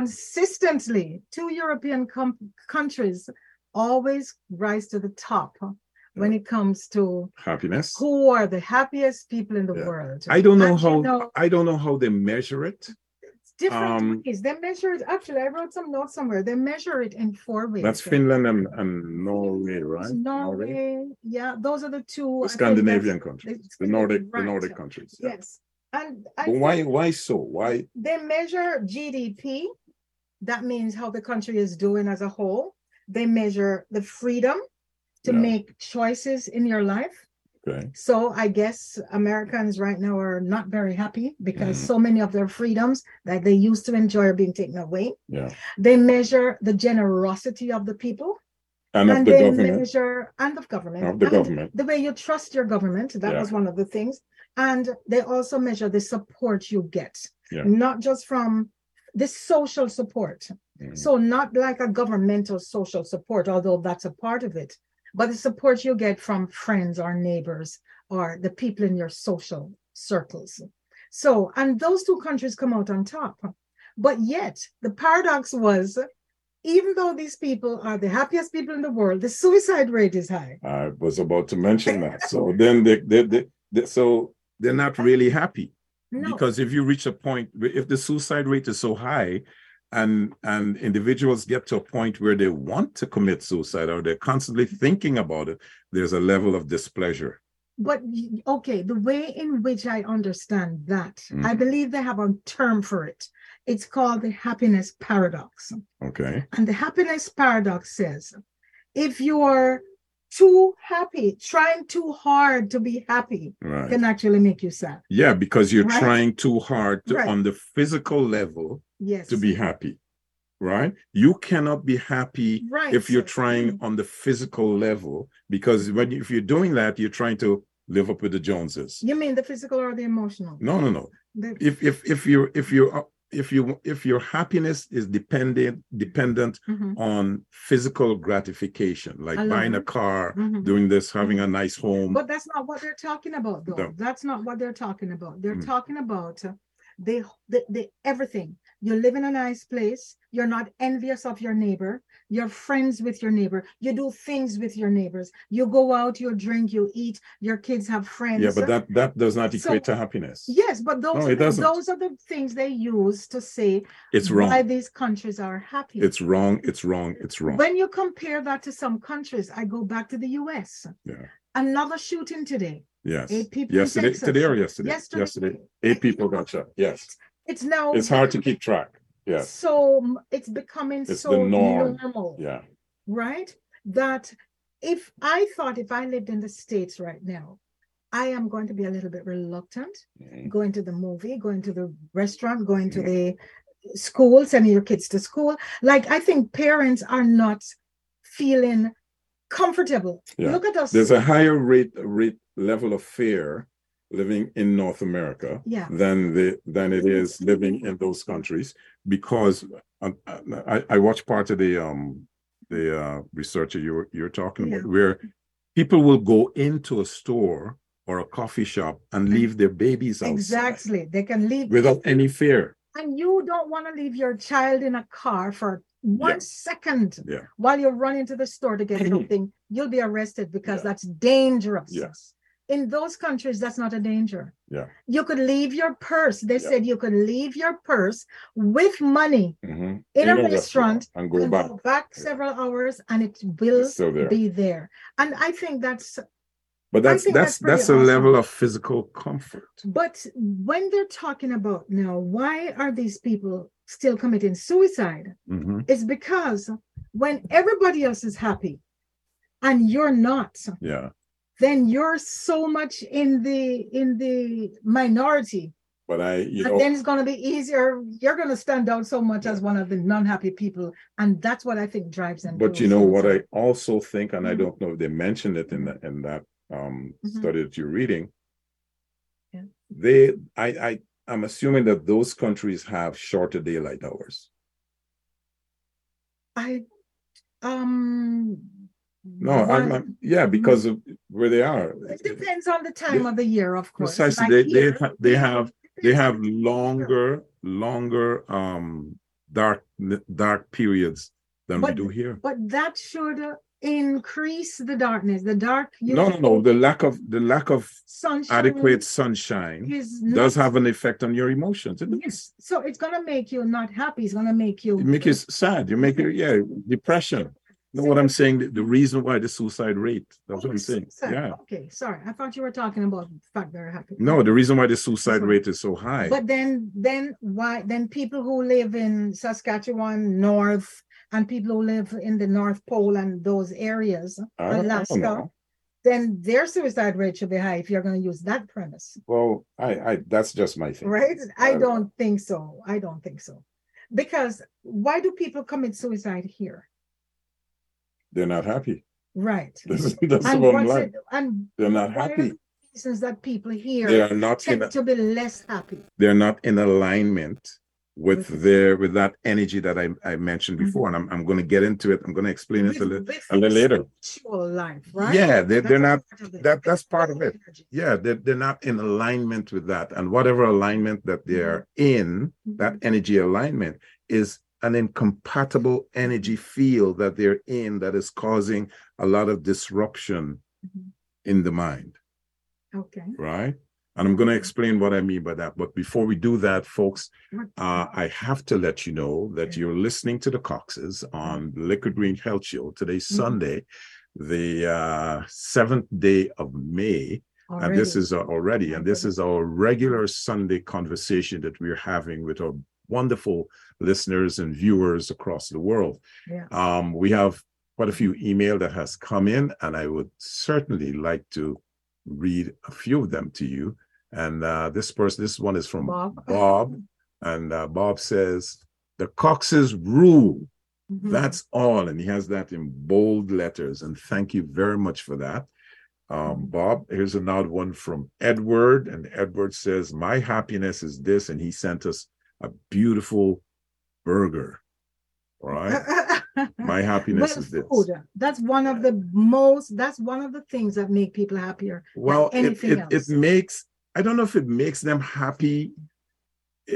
[SPEAKER 3] Consistently, two European com- countries always rise to the top when it comes to
[SPEAKER 2] Happiness.
[SPEAKER 3] who are the happiest people in the
[SPEAKER 2] Yeah.
[SPEAKER 3] world.
[SPEAKER 2] I don't know
[SPEAKER 3] And, you
[SPEAKER 2] how
[SPEAKER 3] know,
[SPEAKER 2] I don't know how they measure it.
[SPEAKER 3] it's different
[SPEAKER 2] um,
[SPEAKER 3] ways. They measure it. Actually, I wrote some notes somewhere. They measure it in four ways.
[SPEAKER 2] That's Finland and, and Norway,
[SPEAKER 3] It's
[SPEAKER 2] right?
[SPEAKER 3] Norway. Yeah, those are the
[SPEAKER 2] The
[SPEAKER 3] two I think that's-
[SPEAKER 2] Scandinavian countries,
[SPEAKER 3] it's
[SPEAKER 2] the Nordic, the
[SPEAKER 3] right.
[SPEAKER 2] Nordic countries. yeah.
[SPEAKER 3] Yes, and I
[SPEAKER 2] But
[SPEAKER 3] think-
[SPEAKER 2] why, why so? Why?
[SPEAKER 3] they measure GDP. That means how the country is doing as a whole. They measure the freedom to
[SPEAKER 2] Yeah.
[SPEAKER 3] make choices in your life.
[SPEAKER 2] Okay.
[SPEAKER 3] So I guess Americans right now are not very happy because
[SPEAKER 2] Mhm.
[SPEAKER 3] so many of their freedoms that they used to enjoy are being taken away.
[SPEAKER 2] Yeah.
[SPEAKER 3] They measure the generosity of the people
[SPEAKER 2] And of
[SPEAKER 3] and
[SPEAKER 2] the
[SPEAKER 3] they
[SPEAKER 2] government,
[SPEAKER 3] measure and of government.
[SPEAKER 2] of the
[SPEAKER 3] and
[SPEAKER 2] government.
[SPEAKER 3] the way you trust your government that
[SPEAKER 2] Yeah.
[SPEAKER 3] was one of the things and they also measure the support you get
[SPEAKER 2] Yeah.
[SPEAKER 3] not just from the social support
[SPEAKER 2] Mhm.
[SPEAKER 3] so not like a governmental social support although that's a part of it but the support you get from friends or neighbors or the people in your social circles so and those two countries come out on top but yet the paradox was even though these people are the happiest people in the world the suicide rate is high
[SPEAKER 2] I was about to mention that. So then they, they, they, they- so they're not really happy
[SPEAKER 3] no.
[SPEAKER 2] because if you reach a point, if the suicide rate is so high, and and individuals get to a point where they want to commit suicide or they're constantly thinking about it, there's a level of displeasure.
[SPEAKER 3] But y- okay, the way in which I understand that, I
[SPEAKER 2] Mhm.
[SPEAKER 3] believe they have a term for it. It's called the happiness paradox.
[SPEAKER 2] Okay.
[SPEAKER 3] And the happiness paradox says if you are too happy, trying too hard to be happy,
[SPEAKER 2] Right.
[SPEAKER 3] can actually make you sad.
[SPEAKER 2] Yeah, because you're
[SPEAKER 3] Right.
[SPEAKER 2] trying too hard to,
[SPEAKER 3] Right.
[SPEAKER 2] on the physical level
[SPEAKER 3] Yes.
[SPEAKER 2] to be happy, right? You cannot be happy
[SPEAKER 3] right. Mm. Mm-hmm.
[SPEAKER 2] if you're trying on the physical level because when you, if you're doing that, you're trying to live up with the Joneses.
[SPEAKER 3] You mean the physical or the emotional?
[SPEAKER 2] No, no, no.
[SPEAKER 3] The-
[SPEAKER 2] If if if you if you if you if your happiness is dependent dependent
[SPEAKER 3] mhm,
[SPEAKER 2] on physical gratification, like buying a
[SPEAKER 3] Alone.
[SPEAKER 2] car,
[SPEAKER 3] mhm.
[SPEAKER 2] doing this, having a nice home.
[SPEAKER 3] But that's not what they're talking about, though.
[SPEAKER 2] No.
[SPEAKER 3] That's not what they're talking about. They're
[SPEAKER 2] Mm.
[SPEAKER 3] talking about uh, the, the the everything. You live in a nice place. You're not envious of your neighbor. You're friends with your neighbor. You do things with your neighbors. You go out. You drink. You eat. Your kids have friends.
[SPEAKER 2] yeah, but that that does not
[SPEAKER 3] So-
[SPEAKER 2] equate to happiness.
[SPEAKER 3] Yes, but those
[SPEAKER 2] No,
[SPEAKER 3] are
[SPEAKER 2] it
[SPEAKER 3] the,
[SPEAKER 2] doesn't.
[SPEAKER 3] those are the things they use to say
[SPEAKER 2] it's wrong.
[SPEAKER 3] why these countries are happy.
[SPEAKER 2] It's wrong. It's wrong. It's wrong.
[SPEAKER 3] When you compare that to some countries, I go back to the U.S.
[SPEAKER 2] Yeah.
[SPEAKER 3] Another shooting today.
[SPEAKER 2] yes.
[SPEAKER 3] Eight people in
[SPEAKER 2] Yesterday,
[SPEAKER 3] Texas.
[SPEAKER 2] today or yesterday?
[SPEAKER 3] Yesterday.
[SPEAKER 2] Eight people got shot. Yes.
[SPEAKER 3] It's now
[SPEAKER 2] It's hard to keep track. Yes.
[SPEAKER 3] so m- it's becoming
[SPEAKER 2] It's
[SPEAKER 3] so
[SPEAKER 2] the norm.
[SPEAKER 3] normal
[SPEAKER 2] Yeah.
[SPEAKER 3] right that if i thought if i lived in the states right now i am going to be a little bit reluctant
[SPEAKER 2] Mhm.
[SPEAKER 3] going to the movie going to the restaurant going to
[SPEAKER 2] Mhm.
[SPEAKER 3] the school sending your kids to school like i think parents are not feeling comfortable
[SPEAKER 2] Yeah.
[SPEAKER 3] look at us
[SPEAKER 2] There's a higher rate rate level of fear living in North America
[SPEAKER 3] Yeah.
[SPEAKER 2] than the than it is living in those countries because I, I, I watched part of the um the uh, researcher you were you're talking about
[SPEAKER 3] Yeah.
[SPEAKER 2] where people will go into a store or a coffee shop and leave their babies outside
[SPEAKER 3] Exactly. They can leave.
[SPEAKER 2] without any fear.
[SPEAKER 3] and you don't want to leave your child in a car for one second
[SPEAKER 2] Yeah.
[SPEAKER 3] while you're running to the store to get something, you'll be arrested because
[SPEAKER 2] Yeah.
[SPEAKER 3] that's dangerous.
[SPEAKER 2] Yes.
[SPEAKER 3] In those countries, that's not a danger.
[SPEAKER 2] Yeah.
[SPEAKER 3] You could leave your purse. They
[SPEAKER 2] Yeah.
[SPEAKER 3] said you could leave your purse with money
[SPEAKER 2] Mhm.
[SPEAKER 3] in, a,
[SPEAKER 2] a
[SPEAKER 3] restaurant
[SPEAKER 2] and go
[SPEAKER 3] and
[SPEAKER 2] back.
[SPEAKER 3] go back
[SPEAKER 2] Yeah.
[SPEAKER 3] several hours and it will
[SPEAKER 2] It's still there.
[SPEAKER 3] be there. And I think that's
[SPEAKER 2] But
[SPEAKER 3] I
[SPEAKER 2] that's
[SPEAKER 3] think
[SPEAKER 2] that's
[SPEAKER 3] that's pretty
[SPEAKER 2] that's, a
[SPEAKER 3] awesome.
[SPEAKER 2] level of physical comfort.
[SPEAKER 3] But when they're talking about now, why are these people still committing suicide?
[SPEAKER 2] Mhm.
[SPEAKER 3] It's because when everybody else is happy and you're not,
[SPEAKER 2] Yeah.
[SPEAKER 3] then you're so much in the in the minority.
[SPEAKER 2] But I you
[SPEAKER 3] that
[SPEAKER 2] know
[SPEAKER 3] then it's gonna be easier. You're gonna stand out so much as one of the non-happy people. And that's what I think drives them.
[SPEAKER 2] But
[SPEAKER 3] to
[SPEAKER 2] you know what I
[SPEAKER 3] suicide.
[SPEAKER 2] also think, and I
[SPEAKER 3] Mhm.
[SPEAKER 2] don't know if they mentioned it in that in that um,
[SPEAKER 3] Mhm.
[SPEAKER 2] study that you're reading.
[SPEAKER 3] Yeah.
[SPEAKER 2] They, I, I, I'm assuming that those countries have shorter daylight hours.
[SPEAKER 3] I um
[SPEAKER 2] No, I'm,
[SPEAKER 3] one-
[SPEAKER 2] I'm- yeah,
[SPEAKER 3] Mm-hmm.
[SPEAKER 2] because of where they are.
[SPEAKER 3] It depends on the time
[SPEAKER 2] They-
[SPEAKER 3] of the year, of course.
[SPEAKER 2] Precisely,
[SPEAKER 3] Like
[SPEAKER 2] they they
[SPEAKER 3] here,
[SPEAKER 2] ha- they have they have
[SPEAKER 3] depends.
[SPEAKER 2] longer longer um dark dark periods than we
[SPEAKER 3] But-
[SPEAKER 2] do here.
[SPEAKER 3] But that should uh, increase the darkness. The dark.
[SPEAKER 2] No, no, no. The lack of the lack of
[SPEAKER 3] Sunshine.
[SPEAKER 2] adequate sunshine
[SPEAKER 3] is
[SPEAKER 2] does
[SPEAKER 3] not-
[SPEAKER 2] have an effect on your emotions. It does.
[SPEAKER 3] Yes. So it's gonna make you not happy. It's gonna make
[SPEAKER 2] you
[SPEAKER 3] you.
[SPEAKER 2] make you sad. You make you yeah, depression. You know what I'm saying? The, the reason why the suicide rate. That's what I'm saying.
[SPEAKER 3] Sorry.
[SPEAKER 2] Yeah.
[SPEAKER 3] Okay. Sorry. I thought you were talking about the fact they're happy.
[SPEAKER 2] No, the reason why the suicide rate is so high.
[SPEAKER 3] But then, then why? Then people who live in Saskatchewan North and people who live in the North Pole and those areas,
[SPEAKER 2] I don't
[SPEAKER 3] Alaska.
[SPEAKER 2] know.
[SPEAKER 3] then their suicide rate should be high if you're going to use that premise.
[SPEAKER 2] Well, I, I that's just my thing.
[SPEAKER 3] right? I
[SPEAKER 2] Uh,
[SPEAKER 3] don't think so. I don't think so. Because why do people commit suicide here?
[SPEAKER 2] They're not happy.
[SPEAKER 3] Right.
[SPEAKER 2] That's, that's the
[SPEAKER 3] And
[SPEAKER 2] bottom
[SPEAKER 3] what's
[SPEAKER 2] line.
[SPEAKER 3] it, and
[SPEAKER 2] They're not
[SPEAKER 3] what are the
[SPEAKER 2] happy.
[SPEAKER 3] reasons that people
[SPEAKER 2] They
[SPEAKER 3] here
[SPEAKER 2] are not in
[SPEAKER 3] tend to be less happy?
[SPEAKER 2] they're not in alignment with
[SPEAKER 3] With-
[SPEAKER 2] their with that energy that I, I mentioned before. And I'm I'm gonna get into it. I'm gonna explain it a little a little later.
[SPEAKER 3] Sexual life, right?
[SPEAKER 2] Yeah, they
[SPEAKER 3] That's
[SPEAKER 2] they're
[SPEAKER 3] a
[SPEAKER 2] not
[SPEAKER 3] part of it.
[SPEAKER 2] that- that's part of it.
[SPEAKER 3] Energy.
[SPEAKER 2] yeah they're, they're not in alignment with that and whatever alignment that they are in that energy alignment is an incompatible energy field that they're in that is causing a lot of disruption
[SPEAKER 3] Mhm.
[SPEAKER 2] in the mind
[SPEAKER 3] mm-hmm. Okay.
[SPEAKER 2] right and i'm going to explain what i mean by that but before we do that folks uh, i have to let you know that
[SPEAKER 3] Yeah.
[SPEAKER 2] you're listening to the coxes on
[SPEAKER 3] Mm-hmm.
[SPEAKER 2] liquid green health show today's
[SPEAKER 3] Mhm.
[SPEAKER 2] sunday the uh, seventh day of may and this
[SPEAKER 3] Already.
[SPEAKER 2] is our- already, and this
[SPEAKER 3] Already.
[SPEAKER 2] is our regular Sunday conversation that we're having with our wonderful listeners and viewers across the world.
[SPEAKER 3] Yeah.
[SPEAKER 2] Um, we have quite a few email that has come in, and I would certainly like to read a few of them to you. And uh, this person, this one is from
[SPEAKER 3] Bob.
[SPEAKER 2] Bob, and uh, Bob says, "The Cox's rule."
[SPEAKER 3] Mhm.
[SPEAKER 2] That's all. And he has that in bold letters. And thank you very much for that. Um,
[SPEAKER 3] Mhm.
[SPEAKER 2] Bob, here's another one from Edward. And Edward says, My happiness is this. And he sent us a beautiful burger. All Right?
[SPEAKER 3] Uh,
[SPEAKER 2] My happiness
[SPEAKER 3] Well,
[SPEAKER 2] is this.
[SPEAKER 3] food, that's one of the most that's one of the things that make people happier
[SPEAKER 2] Well, it,
[SPEAKER 3] anything
[SPEAKER 2] it, it
[SPEAKER 3] else.
[SPEAKER 2] makes, I don't know if it makes them happy.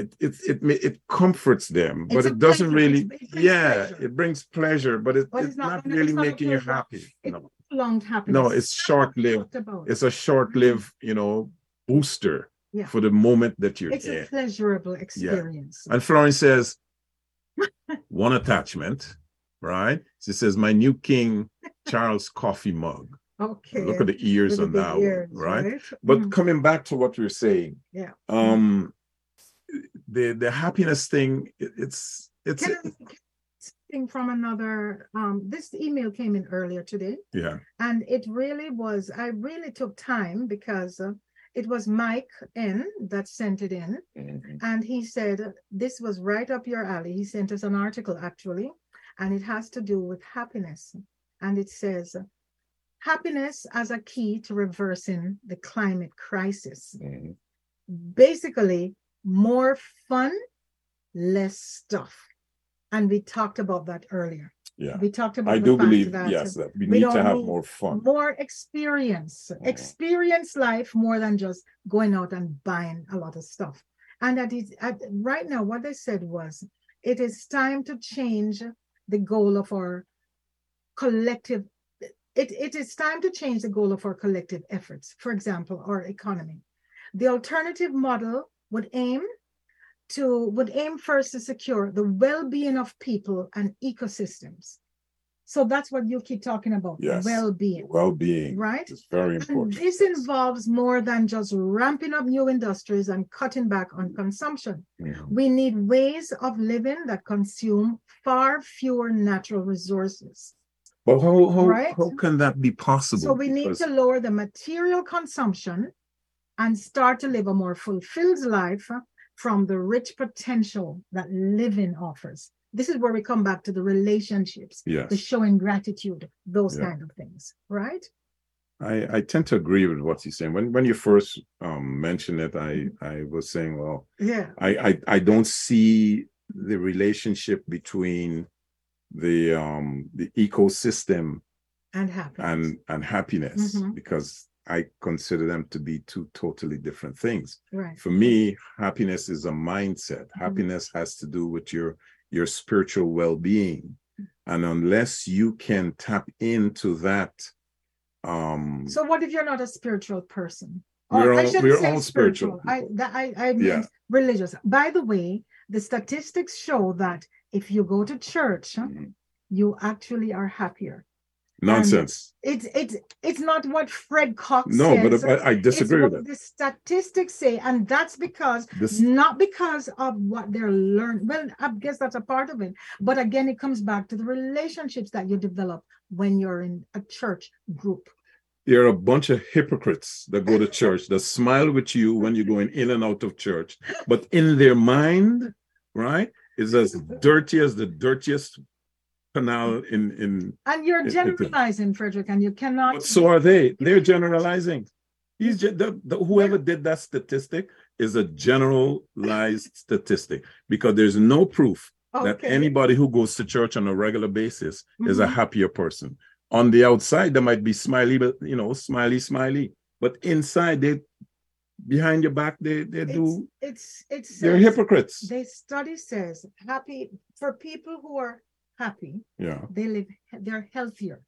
[SPEAKER 2] It, it, it, ma- it comforts them,
[SPEAKER 3] It's
[SPEAKER 2] but
[SPEAKER 3] a
[SPEAKER 2] it doesn't
[SPEAKER 3] pleasure.
[SPEAKER 2] really,
[SPEAKER 3] It's- it brings
[SPEAKER 2] yeah,
[SPEAKER 3] pleasure.
[SPEAKER 2] it brings pleasure, but, it,
[SPEAKER 3] But
[SPEAKER 2] it's,
[SPEAKER 3] it's not-
[SPEAKER 2] not
[SPEAKER 3] it's
[SPEAKER 2] really
[SPEAKER 3] not a
[SPEAKER 2] making you
[SPEAKER 3] pleasure.
[SPEAKER 2] happy.
[SPEAKER 3] It-
[SPEAKER 2] no.
[SPEAKER 3] prolonged happiness
[SPEAKER 2] No, it's short-lived.
[SPEAKER 3] Talked about
[SPEAKER 2] it's a short-lived, you know, booster
[SPEAKER 3] Yeah.
[SPEAKER 2] for the moment that you're
[SPEAKER 3] It's
[SPEAKER 2] in.
[SPEAKER 3] a pleasurable experience
[SPEAKER 2] And Florence says, one attachment, right? She says, my new King Charles coffee mug.
[SPEAKER 3] okay
[SPEAKER 2] Look at the ears
[SPEAKER 3] With
[SPEAKER 2] on
[SPEAKER 3] the
[SPEAKER 2] that
[SPEAKER 3] big ears,
[SPEAKER 2] one, right? But
[SPEAKER 3] Mhm.
[SPEAKER 2] coming back to what we are saying,
[SPEAKER 3] Yeah.
[SPEAKER 2] um, the the happiness thing, it- it's it's
[SPEAKER 3] Can I- can I say something from another um this email came in earlier today
[SPEAKER 2] yeah,
[SPEAKER 3] and it really was i really took time because uh, it was mike n that sent it in And he said, This was right up your alley. He sent us an article actually, and it has to do with happiness. And it says, happiness as a key to reversing the climate crisis.
[SPEAKER 2] Mhm.
[SPEAKER 3] Basically, more fun, less stuff. And we talked about that earlier.
[SPEAKER 2] Yeah.
[SPEAKER 3] We talked about
[SPEAKER 2] I
[SPEAKER 3] the
[SPEAKER 2] do
[SPEAKER 3] fact
[SPEAKER 2] believe,
[SPEAKER 3] that
[SPEAKER 2] yes, that we
[SPEAKER 3] we
[SPEAKER 2] need to
[SPEAKER 3] don't
[SPEAKER 2] have
[SPEAKER 3] need
[SPEAKER 2] more fun.
[SPEAKER 3] more experience
[SPEAKER 2] Mhm.
[SPEAKER 3] experience life more than just going out and buying a lot of stuff and that is at, right now what they said was it is time to change the goal of our collective it, it is time to change the goal of our collective efforts for example our economy the alternative model would aim to would aim first to secure the well-being of people and ecosystems so that's what you keep talking about
[SPEAKER 2] Yes.
[SPEAKER 3] well-being
[SPEAKER 2] Well-being
[SPEAKER 3] right?
[SPEAKER 2] is very
[SPEAKER 3] And
[SPEAKER 2] important.
[SPEAKER 3] this involves more than just ramping up new industries and cutting back on consumption.
[SPEAKER 2] Mhm.
[SPEAKER 3] We need ways of living that consume far fewer natural resources.
[SPEAKER 2] But how, how,
[SPEAKER 3] Right?
[SPEAKER 2] how can that be possible?
[SPEAKER 3] So we need
[SPEAKER 2] Because-
[SPEAKER 3] to lower the material consumption and start to live a more fulfilled life from the rich potential that living offers. This is where we come back to the relationships, the
[SPEAKER 2] Yes,
[SPEAKER 3] showing gratitude, those
[SPEAKER 2] Yeah.
[SPEAKER 3] kind of things, right?
[SPEAKER 2] I, I tend to agree with what you're saying. When, when you first um, mentioned it, I,
[SPEAKER 3] Mm-hmm.
[SPEAKER 2] I was saying, well,
[SPEAKER 3] Yeah.
[SPEAKER 2] I, I, I don't see the relationship between the, um, the ecosystem
[SPEAKER 3] And happiness.
[SPEAKER 2] and, and happiness
[SPEAKER 3] Mhm.
[SPEAKER 2] because I consider them to be two totally different things.
[SPEAKER 3] right.
[SPEAKER 2] for me happiness is a mindset happiness has to do with your your spiritual well-being and unless you can tap into that um
[SPEAKER 3] So what if you're not a spiritual person?
[SPEAKER 2] We're
[SPEAKER 3] Or I
[SPEAKER 2] all-
[SPEAKER 3] shouldn't
[SPEAKER 2] we're
[SPEAKER 3] say
[SPEAKER 2] all spiritual
[SPEAKER 3] I
[SPEAKER 2] people.
[SPEAKER 3] that, I, I mean
[SPEAKER 2] Yeah.
[SPEAKER 3] religious. By the way, the statistics show that if you go to church,
[SPEAKER 2] Mhm.
[SPEAKER 3] you actually are happier.
[SPEAKER 2] nonsense
[SPEAKER 3] It's it's it's not what Fred Cox
[SPEAKER 2] no
[SPEAKER 3] says.
[SPEAKER 2] but i, I
[SPEAKER 3] It's
[SPEAKER 2] disagree with
[SPEAKER 3] what
[SPEAKER 2] it
[SPEAKER 3] The statistics say, and that's because
[SPEAKER 2] this
[SPEAKER 3] not because of what they're learning. Well, I guess that's a part of it. But again, it comes back to the relationships that you develop when you're in a church group.
[SPEAKER 2] you're a bunch of hypocrites that go to church that smile with you when you're going in and out of church but in their mind right is as dirty as the dirtiest canal in in
[SPEAKER 3] And you're
[SPEAKER 2] It- it-
[SPEAKER 3] generalizing, Frederick, and you cannot.
[SPEAKER 2] But so are they. They're generalizing. He's ge- the, the, whoever did that statistic is a generalized statistic because there's no proof that anybody who goes to church on a regular basis is a
[SPEAKER 3] Mhm.
[SPEAKER 2] happier person. On the outside, they might be smiley, but you know, smiley, smiley. But inside, they behind your back, they they do.
[SPEAKER 3] It's it's.
[SPEAKER 2] They're
[SPEAKER 3] says-
[SPEAKER 2] hypocrites.
[SPEAKER 3] The study says happy for people who are happy,
[SPEAKER 2] yeah,
[SPEAKER 3] they live. They're healthier.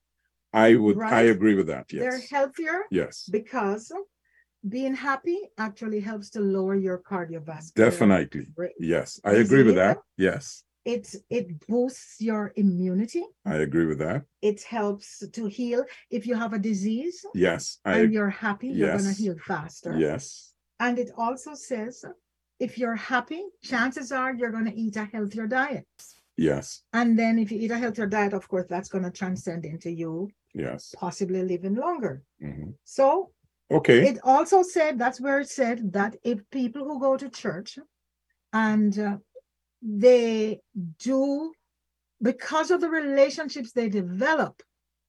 [SPEAKER 2] I would. I
[SPEAKER 3] Right?
[SPEAKER 2] agree with that.
[SPEAKER 3] They're
[SPEAKER 2] Yes.
[SPEAKER 3] healthier
[SPEAKER 2] Yes.
[SPEAKER 3] because being happy actually helps to lower your cardiovascular.
[SPEAKER 2] Definitely.
[SPEAKER 3] rate.
[SPEAKER 2] Yes. I agree with
[SPEAKER 3] Yeah.
[SPEAKER 2] that. Yes.
[SPEAKER 3] It's it boosts your immunity.
[SPEAKER 2] I agree with that.
[SPEAKER 3] It helps to heal. If you have a disease
[SPEAKER 2] Yes. I
[SPEAKER 3] and you're happy, you're gonna
[SPEAKER 2] yes.
[SPEAKER 3] heal faster.
[SPEAKER 2] Yes.
[SPEAKER 3] And it also says if you're happy, chances are you're going to eat a healthier diet.
[SPEAKER 2] Yes.
[SPEAKER 3] And then if you eat a healthier diet, of course, that's going to transcend into you
[SPEAKER 2] Yes.
[SPEAKER 3] possibly living longer.
[SPEAKER 2] Mhm.
[SPEAKER 3] So
[SPEAKER 2] Okay.
[SPEAKER 3] it also said that's where it said that if people who go to church and uh, they do, because of the relationships they develop,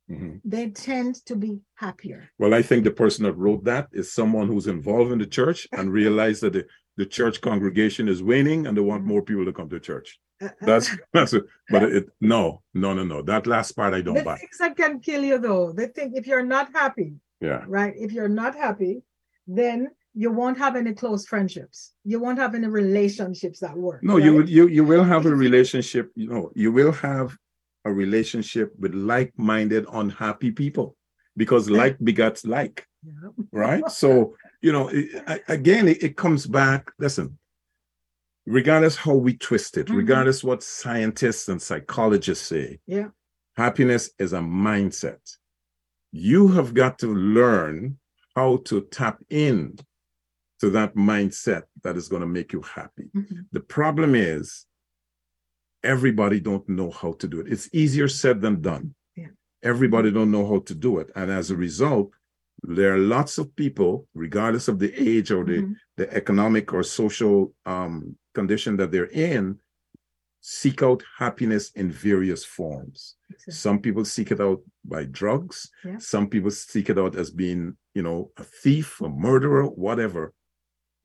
[SPEAKER 2] Mhm.
[SPEAKER 3] they tend to be happier.
[SPEAKER 2] Well, I think the person that wrote that is someone who's involved in the church and realized that the, the church congregation is waning and they want more people to come to church.
[SPEAKER 3] Uh,
[SPEAKER 2] That's that's it. But it no, no, no, no. That last part I don't
[SPEAKER 3] the
[SPEAKER 2] buy.
[SPEAKER 3] things that can kill you, though. The thing, if you're not happy,
[SPEAKER 2] Yeah.
[SPEAKER 3] right? If you're not happy, then you won't have any close friendships. You won't have any relationships that work.
[SPEAKER 2] No, you
[SPEAKER 3] right?
[SPEAKER 2] will you you will have a relationship, you know, you will have a relationship with like-minded, unhappy people because like begets like.
[SPEAKER 3] Yeah.
[SPEAKER 2] right? So, you know, it, I- again, it, it comes back. Listen, regardless how we twist it,
[SPEAKER 3] Mhm.
[SPEAKER 2] regardless what scientists and psychologists say,
[SPEAKER 3] Yeah.
[SPEAKER 2] happiness is a mindset. You have got to learn how to tap in to that mindset that is going to make you happy.
[SPEAKER 3] Mhm.
[SPEAKER 2] The problem is everybody don't know how to do it. It's easier said than done.
[SPEAKER 3] Yeah.
[SPEAKER 2] Everybody don't know how to do it. And as a result, there are lots of people, regardless of the age or the,
[SPEAKER 3] Mhm.
[SPEAKER 2] the economic or social um, condition that they're in, seek out happiness in various forms.
[SPEAKER 3] Exactly.
[SPEAKER 2] Some people seek it out by drugs.
[SPEAKER 3] Yeah.
[SPEAKER 2] Some people seek it out as being, you know, a thief, a murderer, whatever.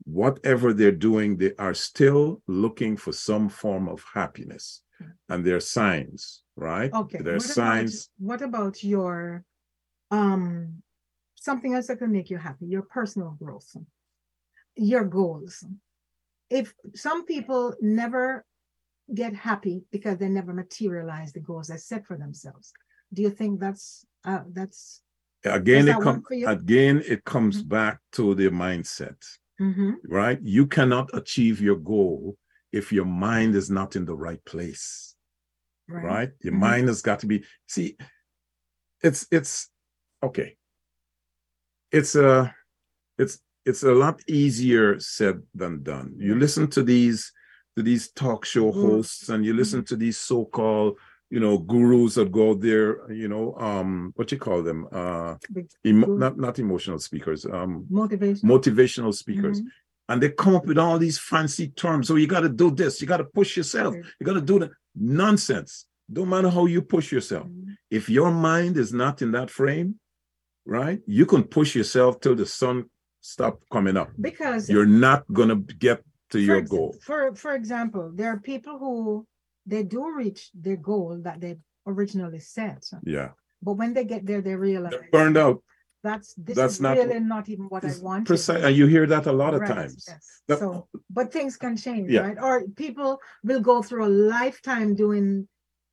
[SPEAKER 2] Whatever they're doing, they are still looking for some form of happiness.
[SPEAKER 3] Mm-hmm.
[SPEAKER 2] And there are signs, right?
[SPEAKER 3] Okay.
[SPEAKER 2] There are
[SPEAKER 3] what
[SPEAKER 2] signs.
[SPEAKER 3] About, what about your um something else that can make you happy? Your personal growth, your goals. If some people never get happy because they never materialize the goals they set for themselves, do you think that's uh, that's
[SPEAKER 2] Again,
[SPEAKER 3] Does
[SPEAKER 2] it
[SPEAKER 3] that
[SPEAKER 2] comes
[SPEAKER 3] work for you?
[SPEAKER 2] again, it comes
[SPEAKER 3] Mhm.
[SPEAKER 2] back to the mindset,
[SPEAKER 3] Mhm.
[SPEAKER 2] right? You cannot achieve your goal if your mind is not in the right place.
[SPEAKER 3] right?
[SPEAKER 2] right your
[SPEAKER 3] Mhm.
[SPEAKER 2] mind has got to be see it's it's okay it's a it's it's a lot easier said than done you listen to these to these talk show
[SPEAKER 3] Gurus.
[SPEAKER 2] hosts and you listen
[SPEAKER 3] Mm-hmm.
[SPEAKER 2] to these so-called you know gurus that go out there you know um what you call them uh
[SPEAKER 3] Big
[SPEAKER 2] emo-
[SPEAKER 3] Guru.
[SPEAKER 2] not not emotional speakers um
[SPEAKER 3] Motivation.
[SPEAKER 2] motivational speakers
[SPEAKER 3] Mhm.
[SPEAKER 2] and they come up with all these fancy terms. So you got to do this, you got to push yourself,
[SPEAKER 3] Right.
[SPEAKER 2] you got to do that. Nonsense. Don't matter how you push yourself.
[SPEAKER 3] Mhm.
[SPEAKER 2] If your mind is not in that frame, right, you can push yourself till the sun stop coming up.
[SPEAKER 3] Because
[SPEAKER 2] You're not gonna get to
[SPEAKER 3] for
[SPEAKER 2] your
[SPEAKER 3] ex-
[SPEAKER 2] goal.
[SPEAKER 3] For for example, there are people who they do reach their goal that they originally set,
[SPEAKER 2] Yeah,
[SPEAKER 3] but when they get there, they realize
[SPEAKER 2] They're burned out.
[SPEAKER 3] That's this
[SPEAKER 2] That's
[SPEAKER 3] is
[SPEAKER 2] not-
[SPEAKER 3] really not even what I
[SPEAKER 2] It's
[SPEAKER 3] wanted.
[SPEAKER 2] Precise, and you hear that a lot of
[SPEAKER 3] Right,
[SPEAKER 2] times.
[SPEAKER 3] yes.
[SPEAKER 2] That-
[SPEAKER 3] So, but things can change,
[SPEAKER 2] Yeah.
[SPEAKER 3] right? Or people will go through a lifetime doing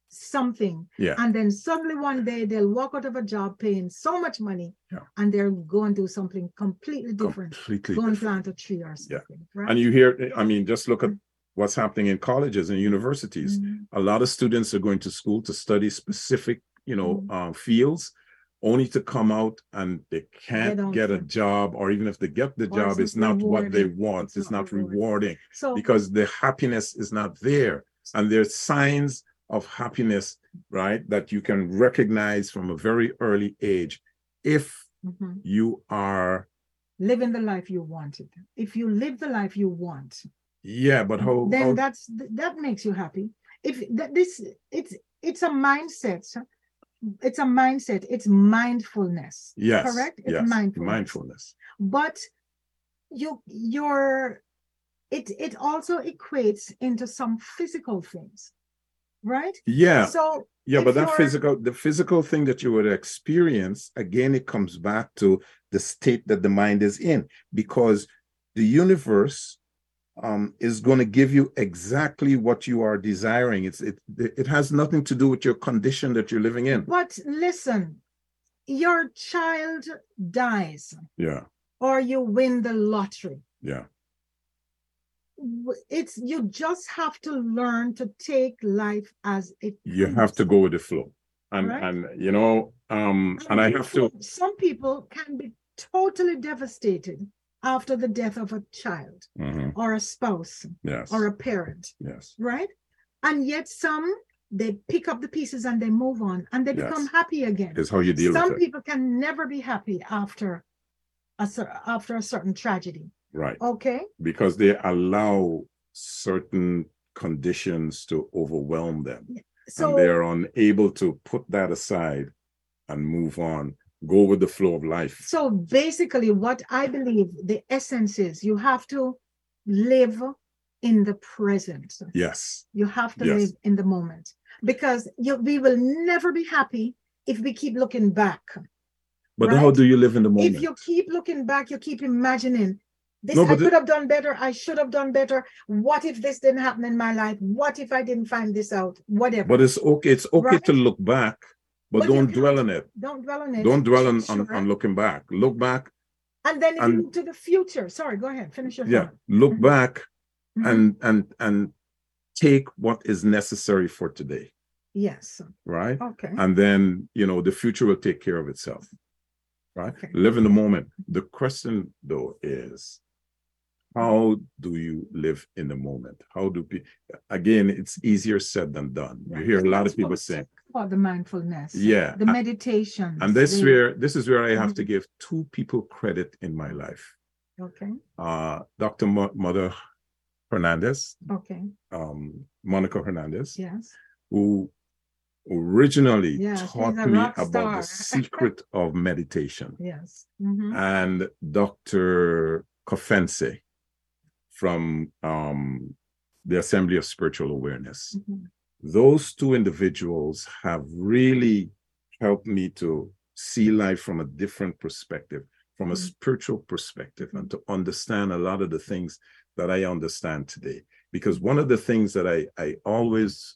[SPEAKER 3] something,
[SPEAKER 2] Yeah.
[SPEAKER 3] and then suddenly one day they'll walk out of a job paying so much money,
[SPEAKER 2] Yeah.
[SPEAKER 3] and they'll go and do something completely different.
[SPEAKER 2] Completely
[SPEAKER 3] Go and
[SPEAKER 2] different.
[SPEAKER 3] plant a tree or something, right?
[SPEAKER 2] And you hear, I mean, just look at what's happening in colleges and universities.
[SPEAKER 3] Mhm.
[SPEAKER 2] a lot of students are going to school to study specific you know
[SPEAKER 3] Mhm.
[SPEAKER 2] uh, fields only to come out and they can't
[SPEAKER 3] don't
[SPEAKER 2] get a
[SPEAKER 3] get-
[SPEAKER 2] job or even if they get the
[SPEAKER 3] Or
[SPEAKER 2] job
[SPEAKER 3] it's
[SPEAKER 2] it's
[SPEAKER 3] not
[SPEAKER 2] not what they
[SPEAKER 3] rewarding.
[SPEAKER 2] want
[SPEAKER 3] It's
[SPEAKER 2] it's,
[SPEAKER 3] not
[SPEAKER 2] not,
[SPEAKER 3] rewarding. Oh.
[SPEAKER 2] rewarding
[SPEAKER 3] So
[SPEAKER 2] because the happiness is not there and there's signs of happiness right that you can recognize from a very early age if
[SPEAKER 3] mhm.
[SPEAKER 2] you are
[SPEAKER 3] living the life you wanted. If you live the life you want,
[SPEAKER 2] yeah but how,
[SPEAKER 3] then
[SPEAKER 2] how
[SPEAKER 3] that's th- that makes you happy if that this it's it's a mindset so it's a mindset it's mindfulness
[SPEAKER 2] yes
[SPEAKER 3] correct? It's
[SPEAKER 2] yes
[SPEAKER 3] mindfulness.
[SPEAKER 2] mindfulness
[SPEAKER 3] but you your it it also equates into some physical things right
[SPEAKER 2] yeah
[SPEAKER 3] so
[SPEAKER 2] Yeah,
[SPEAKER 3] if
[SPEAKER 2] but that
[SPEAKER 3] you're-
[SPEAKER 2] physical, the physical thing that you would experience, again, it comes back to the state that the mind is in, because the universe um, is going to give you exactly what you are desiring. It's it it has nothing to do with your condition that you're living in.
[SPEAKER 3] but listen your child dies
[SPEAKER 2] Yeah,
[SPEAKER 3] or you win the lottery
[SPEAKER 2] yeah,
[SPEAKER 3] W- it's you just have to learn to take life as it
[SPEAKER 2] you
[SPEAKER 3] comes.
[SPEAKER 2] have to go with the flow, and
[SPEAKER 3] Right.
[SPEAKER 2] and you know, um, and I have to,
[SPEAKER 3] people- Some people can be totally devastated after the death of a child
[SPEAKER 2] Mhm,
[SPEAKER 3] or a spouse
[SPEAKER 2] yes,
[SPEAKER 3] or a parent,
[SPEAKER 2] yes,
[SPEAKER 3] right? And yet some they pick up the pieces and they move on and they become
[SPEAKER 2] Yes.
[SPEAKER 3] happy again.
[SPEAKER 2] is how you deal
[SPEAKER 3] Some
[SPEAKER 2] with it,
[SPEAKER 3] people can never be happy after a cer- after a certain tragedy.
[SPEAKER 2] right?
[SPEAKER 3] Okay,
[SPEAKER 2] because they allow certain conditions to overwhelm them
[SPEAKER 3] so
[SPEAKER 2] and they're unable to put that aside and move on go with the flow of life
[SPEAKER 3] So basically, what I believe the essence is you have to live in the present.
[SPEAKER 2] yes
[SPEAKER 3] You have to
[SPEAKER 2] Yes.
[SPEAKER 3] live in the moment because you, we will never be happy if we keep looking back.
[SPEAKER 2] but how
[SPEAKER 3] Right.
[SPEAKER 2] do you live in the moment
[SPEAKER 3] If you keep looking back, you keep imagining this,
[SPEAKER 2] No,
[SPEAKER 3] I
[SPEAKER 2] but the-
[SPEAKER 3] could have done better. I should have done better. What if this didn't happen in my life? What if I didn't find this out? Whatever.
[SPEAKER 2] but it's okay it's okay
[SPEAKER 3] Right.
[SPEAKER 2] to look back but,
[SPEAKER 3] But you
[SPEAKER 2] don't
[SPEAKER 3] can't.
[SPEAKER 2] dwell on it
[SPEAKER 3] don't dwell on it.
[SPEAKER 2] don't dwell on, on,
[SPEAKER 3] Sure.
[SPEAKER 2] on looking back look back
[SPEAKER 3] and then if
[SPEAKER 2] and-
[SPEAKER 3] you look to the future. Sorry, go ahead. Finish your
[SPEAKER 2] yeah
[SPEAKER 3] thought.
[SPEAKER 2] look
[SPEAKER 3] Mhm.
[SPEAKER 2] back
[SPEAKER 3] Mhm.
[SPEAKER 2] and and and take what is necessary for today
[SPEAKER 3] yes.
[SPEAKER 2] right
[SPEAKER 3] Okay.
[SPEAKER 2] and then you know the future will take care of itself right
[SPEAKER 3] Okay.
[SPEAKER 2] live in the moment the question though is how do you live in the moment how do people again it's easier said than done you
[SPEAKER 3] Right.
[SPEAKER 2] hear a lot
[SPEAKER 3] That's
[SPEAKER 2] of people
[SPEAKER 3] what-
[SPEAKER 2] saying
[SPEAKER 3] about the mindfulness.
[SPEAKER 2] yeah
[SPEAKER 3] The meditation.
[SPEAKER 2] and this where this is where i have to
[SPEAKER 3] Mhm.
[SPEAKER 2] give two people credit in my life
[SPEAKER 3] Okay.
[SPEAKER 2] uh dr Mo- mother Hernandez,
[SPEAKER 3] Okay.
[SPEAKER 2] um, Monica Hernandez,
[SPEAKER 3] Yes.
[SPEAKER 2] who originally
[SPEAKER 3] Yeah, she's
[SPEAKER 2] taught
[SPEAKER 3] a
[SPEAKER 2] me
[SPEAKER 3] rock
[SPEAKER 2] about the
[SPEAKER 3] star.
[SPEAKER 2] secret of meditation.
[SPEAKER 3] Yes. Mhm.
[SPEAKER 2] and Dr. Kofense from um, the Assembly of Spiritual Awareness.
[SPEAKER 3] Mhm.
[SPEAKER 2] Those two individuals have really helped me to see life from a different perspective, from a
[SPEAKER 3] Mhm.
[SPEAKER 2] spiritual perspective, and to understand a lot of the things that I understand today. Because one of the things that I, I always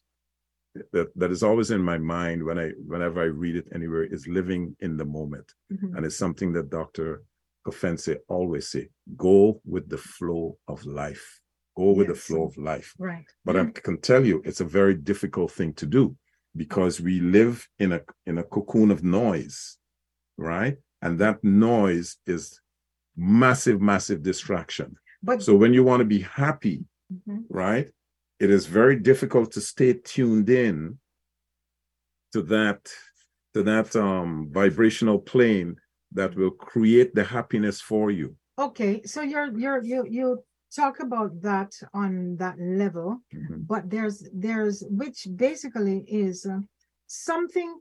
[SPEAKER 2] that, that is always in my mind when I whenever I read it anywhere is living in the moment.
[SPEAKER 3] Mhm.
[SPEAKER 2] And it's something that Dr. Kofense always say, go with the flow of life. Go with the
[SPEAKER 3] Yes.
[SPEAKER 2] flow of life.
[SPEAKER 3] Right.
[SPEAKER 2] But I can tell you it's a very difficult thing to do because we live in a in a cocoon of noise, right? And that noise is massive, massive distraction.
[SPEAKER 3] But
[SPEAKER 2] So when you want to be happy,
[SPEAKER 3] Mhm.
[SPEAKER 2] right? It is very difficult to stay tuned in to that to that um, vibrational plane that will create the happiness for you.
[SPEAKER 3] okay, so you're you're you you talk about that on that level, but there's there's which basically is uh, something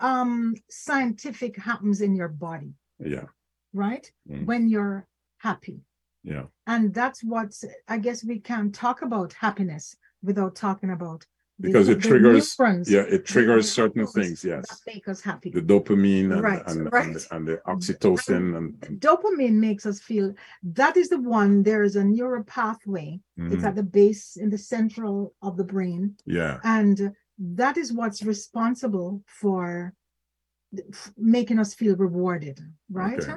[SPEAKER 3] um scientific happens in your body,
[SPEAKER 2] Yeah,
[SPEAKER 3] right?
[SPEAKER 2] Mm.
[SPEAKER 3] When you're happy.
[SPEAKER 2] yeah,
[SPEAKER 3] And that's what I guess we can talk about happiness without talking about the-
[SPEAKER 2] Because it
[SPEAKER 3] the
[SPEAKER 2] triggers-
[SPEAKER 3] neurons
[SPEAKER 2] yeah. It triggers
[SPEAKER 3] the
[SPEAKER 2] certain
[SPEAKER 3] hormones
[SPEAKER 2] things.
[SPEAKER 3] that
[SPEAKER 2] Yes,
[SPEAKER 3] make us happy.
[SPEAKER 2] the dopamine and
[SPEAKER 3] Right,
[SPEAKER 2] and, and,
[SPEAKER 3] right. Mm-hmm.
[SPEAKER 2] the, and the oxytocin and, and
[SPEAKER 3] Dopamine makes us feel that is the one. There is a neural pathway. It's
[SPEAKER 2] mhm,
[SPEAKER 3] at the base in the central of the brain,
[SPEAKER 2] mm-hmm. yeah,
[SPEAKER 3] and that is what's responsible for f- making us feel rewarded, right?
[SPEAKER 2] Okay.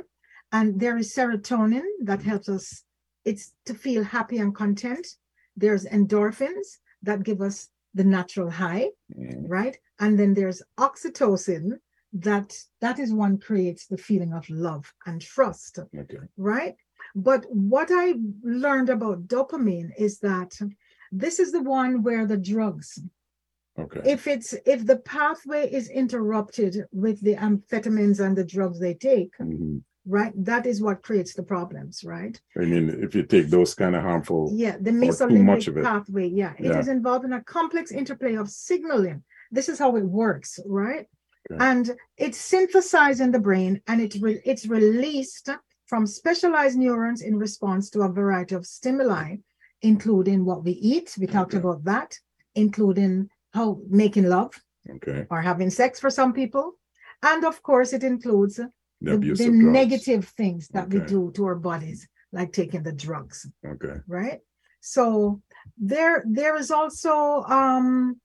[SPEAKER 3] And there is serotonin that helps us. It's to feel happy and content. There's endorphins that give us the natural high
[SPEAKER 2] mhm,
[SPEAKER 3] right and then there's oxytocin that that is one creates the feeling of love and trust
[SPEAKER 2] okay,
[SPEAKER 3] right but what i learned about dopamine is that this is the one where the drugs
[SPEAKER 2] okay,
[SPEAKER 3] if it's if the pathway is interrupted with the amphetamines and the drugs they take
[SPEAKER 2] mhm.
[SPEAKER 3] right that is what creates the problems right
[SPEAKER 2] I mean, if you take those kind of harmful,
[SPEAKER 3] yeah the
[SPEAKER 2] too much of
[SPEAKER 3] mesolimbic
[SPEAKER 2] it.
[SPEAKER 3] pathway yeah it is
[SPEAKER 2] Yeah.
[SPEAKER 3] involved in a complex interplay of signaling this is how it works right
[SPEAKER 2] Okay.
[SPEAKER 3] and it's synthesized in the brain and it re- it's released from specialized neurons in response to a variety of stimuli including what we eat we talked
[SPEAKER 2] Okay.
[SPEAKER 3] about that including how making love
[SPEAKER 2] okay,
[SPEAKER 3] or having sex for some people and of course it includes
[SPEAKER 2] the,
[SPEAKER 3] the,
[SPEAKER 2] abuse
[SPEAKER 3] the
[SPEAKER 2] of drugs.
[SPEAKER 3] negative things that we
[SPEAKER 2] Okay.
[SPEAKER 3] do to our bodies like taking the drugs
[SPEAKER 2] Okay,
[SPEAKER 3] right so there there is also um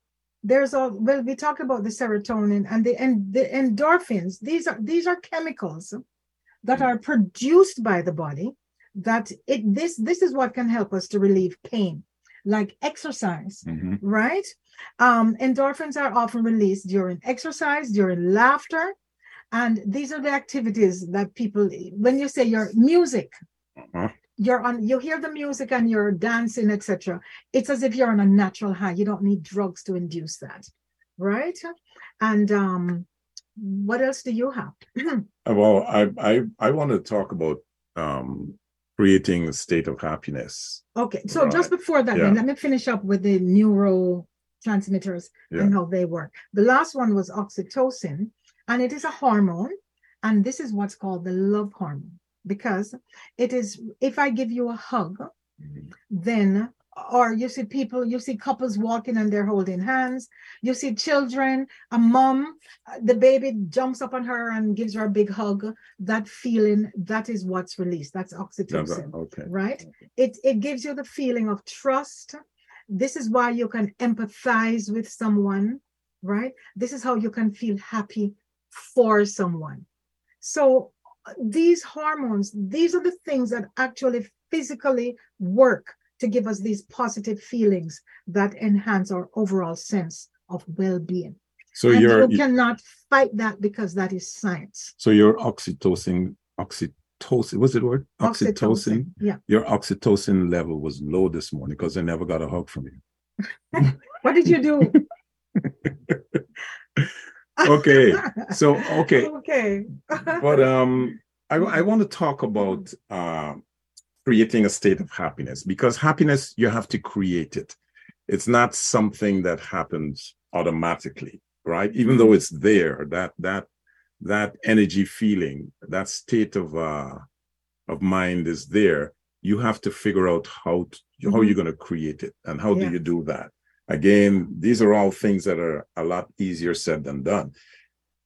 [SPEAKER 3] there's all well we talk about the serotonin and the and the endorphins these are these are chemicals that
[SPEAKER 2] Mm.
[SPEAKER 3] are produced by the body that it this this is what can help us to relieve pain like exercise
[SPEAKER 2] mhm,
[SPEAKER 3] right um endorphins are often released during exercise during laughter and these are the activities that people when you say your music
[SPEAKER 2] uh-huh,
[SPEAKER 3] you're on you hear the music and you're dancing etc it's as if you're on a natural high you don't need drugs to induce that right and um what else do you have
[SPEAKER 2] Uh, Well, I I I want to talk about um creating a state of happiness.
[SPEAKER 3] okay so just
[SPEAKER 2] Right.
[SPEAKER 3] before that then
[SPEAKER 2] Yeah.
[SPEAKER 3] let me finish up with the neurotransmitters transmitters and how they work the last one was oxytocin and it is a hormone and this is what's called the love hormone because it is if i give you a hug
[SPEAKER 2] Mhm.
[SPEAKER 3] then or you see people you see couples walking and they're holding hands you see children a mom uh, the baby jumps up on her and gives her a big hug that feeling that is what's released that's
[SPEAKER 2] Yeah,
[SPEAKER 3] oxytocin
[SPEAKER 2] but- Okay.
[SPEAKER 3] right
[SPEAKER 2] Mm-hmm.
[SPEAKER 3] it it gives you the feeling of trust this is why you can empathize with someone right this is how you can feel happy for someone so uh, these hormones these are the things that actually physically work to give us these positive feelings that enhance our overall sense of well-being
[SPEAKER 2] So
[SPEAKER 3] and
[SPEAKER 2] your
[SPEAKER 3] you cannot fight that because that is science
[SPEAKER 2] so your oxytocin oxytocin what's the word oxytocin
[SPEAKER 3] yeah
[SPEAKER 2] your oxytocin level was low this morning because I never got a hug from you.
[SPEAKER 3] what did you do
[SPEAKER 2] Okay. So okay,
[SPEAKER 3] okay
[SPEAKER 2] but um I I want to talk about uh creating a state of happiness because happiness, you have to create it. It's not something that happens automatically, right? Even though it's there, that, that, that energy feeling, that state of, uh, of mind is there. You have to figure out how, to, how
[SPEAKER 3] Mhm.
[SPEAKER 2] you're going to create it and how
[SPEAKER 3] Yeah.
[SPEAKER 2] do you do that? Again, these are all things that are a lot easier said than done.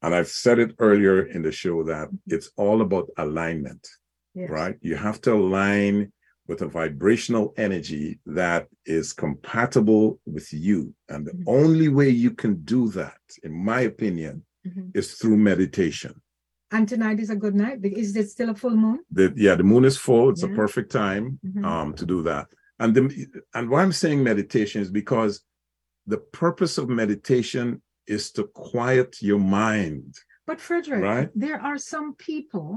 [SPEAKER 2] And I've said it earlier in the show that it's all about alignment,
[SPEAKER 3] Yes.
[SPEAKER 2] right? You have to align with a vibrational energy that is compatible with you. And the
[SPEAKER 3] Mhm.
[SPEAKER 2] only way you can do that, in my opinion,
[SPEAKER 3] Mhm.
[SPEAKER 2] is through meditation.
[SPEAKER 3] And tonight is a good night. Be- Is it still a full moon?
[SPEAKER 2] The, yeah, the moon is full. It's a
[SPEAKER 3] Yeah.
[SPEAKER 2] perfect time
[SPEAKER 3] Mhm.
[SPEAKER 2] um, to do that. And the, and why I'm saying meditation is because the purpose of meditation is to quiet your mind.
[SPEAKER 3] But Frederick,
[SPEAKER 2] Right.
[SPEAKER 3] there are some people,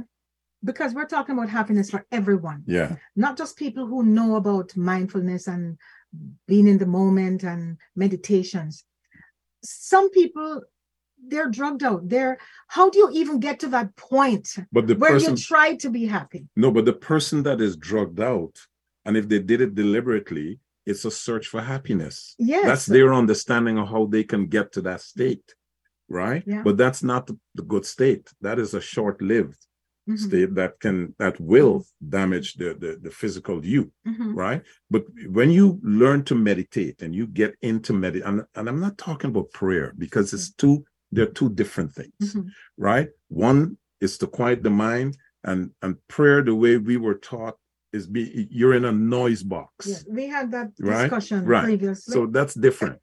[SPEAKER 3] because we're talking about happiness for everyone,
[SPEAKER 2] Yeah.
[SPEAKER 3] not just people who know about mindfulness and being in the moment and meditations. Some people, they're drugged out. They're how do you even get to that point
[SPEAKER 2] But the
[SPEAKER 3] where
[SPEAKER 2] person
[SPEAKER 3] you try to be happy?
[SPEAKER 2] No, but the person that is drugged out, and if they did it deliberately, it's a search for happiness.
[SPEAKER 3] Yes.
[SPEAKER 2] That's their understanding of how they can get to that state, right?
[SPEAKER 3] Yeah.
[SPEAKER 2] But that's not the, the good state. That is a short-lived
[SPEAKER 3] Mhm,
[SPEAKER 2] state that can that will damage the, the the physical you,
[SPEAKER 3] mhm.
[SPEAKER 2] right? But when you learn to meditate and you get into medit, and, and I'm not talking about prayer because it's two they're two different things
[SPEAKER 3] Mhm.
[SPEAKER 2] right? One is to quiet the mind, and and prayer, the way we were taught, is be you're in a noise box.
[SPEAKER 3] Yes, we had that
[SPEAKER 2] Right,
[SPEAKER 3] discussion
[SPEAKER 2] right.
[SPEAKER 3] previously.
[SPEAKER 2] So that's different.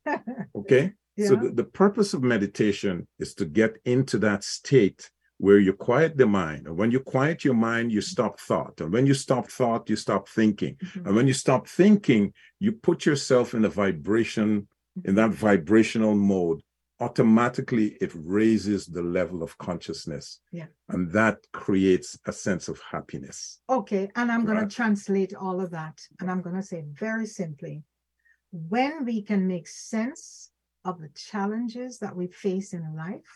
[SPEAKER 2] Okay.
[SPEAKER 3] yeah.
[SPEAKER 2] So the, the purpose of meditation is to get into that state where you quiet the mind. And when you quiet your mind, you stop thought. And when you stop thought, you stop thinking.
[SPEAKER 3] Mhm.
[SPEAKER 2] And when you stop thinking, you put yourself in a vibration, in that vibrational mode. Automatically, it raises the level of consciousness.
[SPEAKER 3] Yeah.
[SPEAKER 2] And that creates a sense of happiness.
[SPEAKER 3] Okay, and I'm going
[SPEAKER 2] Right.
[SPEAKER 3] to translate all of that. And I'm going to say very simply when we can make sense of the challenges that we face in life,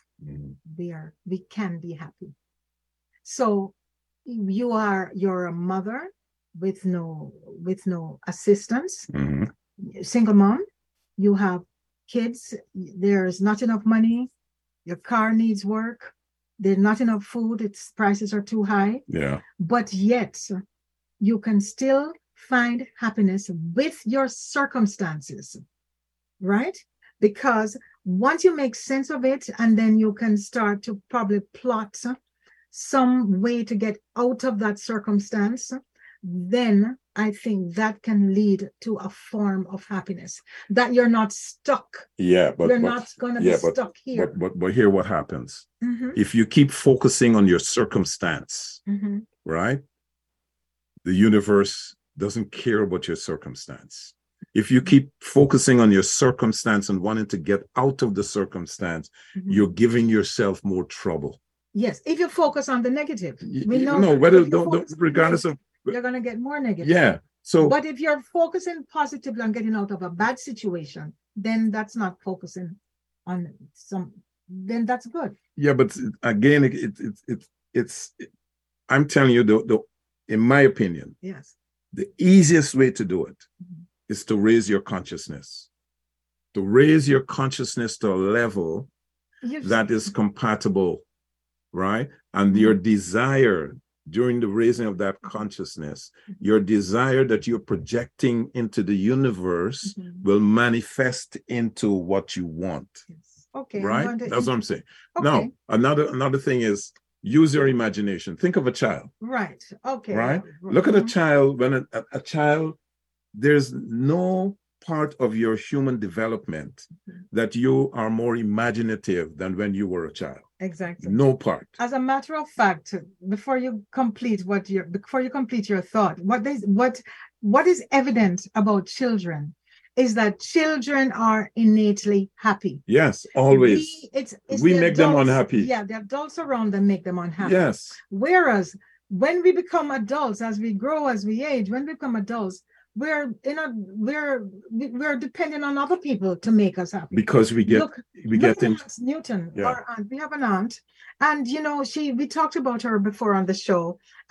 [SPEAKER 3] we are we can be happy. So you are you're a mother with no with no assistance,
[SPEAKER 2] Mhm.
[SPEAKER 3] single mom, you have kids, there's not enough money, your car needs work, there's not enough food, its prices are too high
[SPEAKER 2] Yeah.
[SPEAKER 3] but yet you can still find happiness with your circumstances, right? Because once you make sense of it, and then you can start to probably plot some way to get out of that circumstance, then I think that can lead to a form of happiness that you're not stuck.
[SPEAKER 2] Yeah. But,
[SPEAKER 3] you're
[SPEAKER 2] but,
[SPEAKER 3] not going to
[SPEAKER 2] yeah,
[SPEAKER 3] be
[SPEAKER 2] but-
[SPEAKER 3] stuck here.
[SPEAKER 2] but, but, but here, what happens?
[SPEAKER 3] Mhm,
[SPEAKER 2] If you keep focusing on your circumstance,
[SPEAKER 3] mhm.
[SPEAKER 2] right? The universe doesn't care about your circumstance. If you keep focusing on your circumstance and wanting to get out of the circumstance,
[SPEAKER 3] Mhm.
[SPEAKER 2] you're giving yourself more trouble.
[SPEAKER 3] Yes, if you focus on the negative,
[SPEAKER 2] Y-
[SPEAKER 3] we
[SPEAKER 2] y-
[SPEAKER 3] know
[SPEAKER 2] no,
[SPEAKER 3] that.
[SPEAKER 2] whether
[SPEAKER 3] If you
[SPEAKER 2] don't, don't,
[SPEAKER 3] focus on the
[SPEAKER 2] regardless of
[SPEAKER 3] you're going to get more negative.
[SPEAKER 2] yeah. So
[SPEAKER 3] But if you're focusing positively on getting out of a bad situation, then that's not focusing on some, then that's good.
[SPEAKER 2] yeah, but again, it it it, it it's I'm telling you the, the in my opinion,
[SPEAKER 3] Yes.
[SPEAKER 2] the easiest way to do it
[SPEAKER 3] Mhm.
[SPEAKER 2] is to raise your consciousness. To raise your consciousness to a level
[SPEAKER 3] You've-
[SPEAKER 2] that is compatible, right? And your
[SPEAKER 3] Mm-hmm.
[SPEAKER 2] desire during the raising of that consciousness, your desire that you're projecting into the universe
[SPEAKER 3] Mhm.
[SPEAKER 2] will manifest into what you want,
[SPEAKER 3] Yes. Okay. I'm
[SPEAKER 2] right?
[SPEAKER 3] going to-
[SPEAKER 2] That's what I'm saying.
[SPEAKER 3] okay.
[SPEAKER 2] Now, another another thing is use your imagination. Think of a child.
[SPEAKER 3] Right. Okay.
[SPEAKER 2] Right?
[SPEAKER 3] yeah,
[SPEAKER 2] Look at a
[SPEAKER 3] mhm.
[SPEAKER 2] child when a, a- a child there's no part of your human development
[SPEAKER 3] Mhm.
[SPEAKER 2] that you are more imaginative than when you were a child.
[SPEAKER 3] Exactly.
[SPEAKER 2] No part.
[SPEAKER 3] As a matter of fact, before you complete what your before you complete your thought, what is what what is evident about children is that children are innately happy.
[SPEAKER 2] Yes, always.
[SPEAKER 3] We, it's, it's
[SPEAKER 2] We
[SPEAKER 3] the
[SPEAKER 2] make them unhappy.
[SPEAKER 3] Yeah, the adults around them make them unhappy.
[SPEAKER 2] yes.
[SPEAKER 3] Whereas when we become adults, as we grow, as we age, when we become adults, we're in a we're we- we're dependent on other people to make us happy.
[SPEAKER 2] Because we get
[SPEAKER 3] Look,
[SPEAKER 2] we get in
[SPEAKER 3] Lance Newton,
[SPEAKER 2] Yeah.
[SPEAKER 3] our aunt. We have an aunt, and you know, she we talked about her before on the show,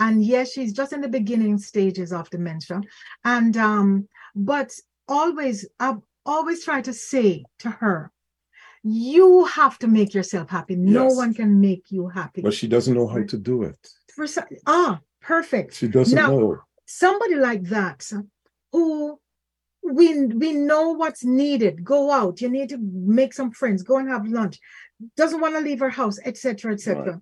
[SPEAKER 3] and yes, she's just in the beginning stages of dementia, and um, but always I've always tried to say to her, you have to make yourself happy. No
[SPEAKER 2] Yes.
[SPEAKER 3] one can make you happy.
[SPEAKER 2] but she doesn't know how to do it
[SPEAKER 3] Preci- ah, perfect
[SPEAKER 2] she doesn't
[SPEAKER 3] No.
[SPEAKER 2] know
[SPEAKER 3] somebody like that who we we know what's needed go out you need to make some friends go and have lunch doesn't want to leave her house etc etc
[SPEAKER 2] Right.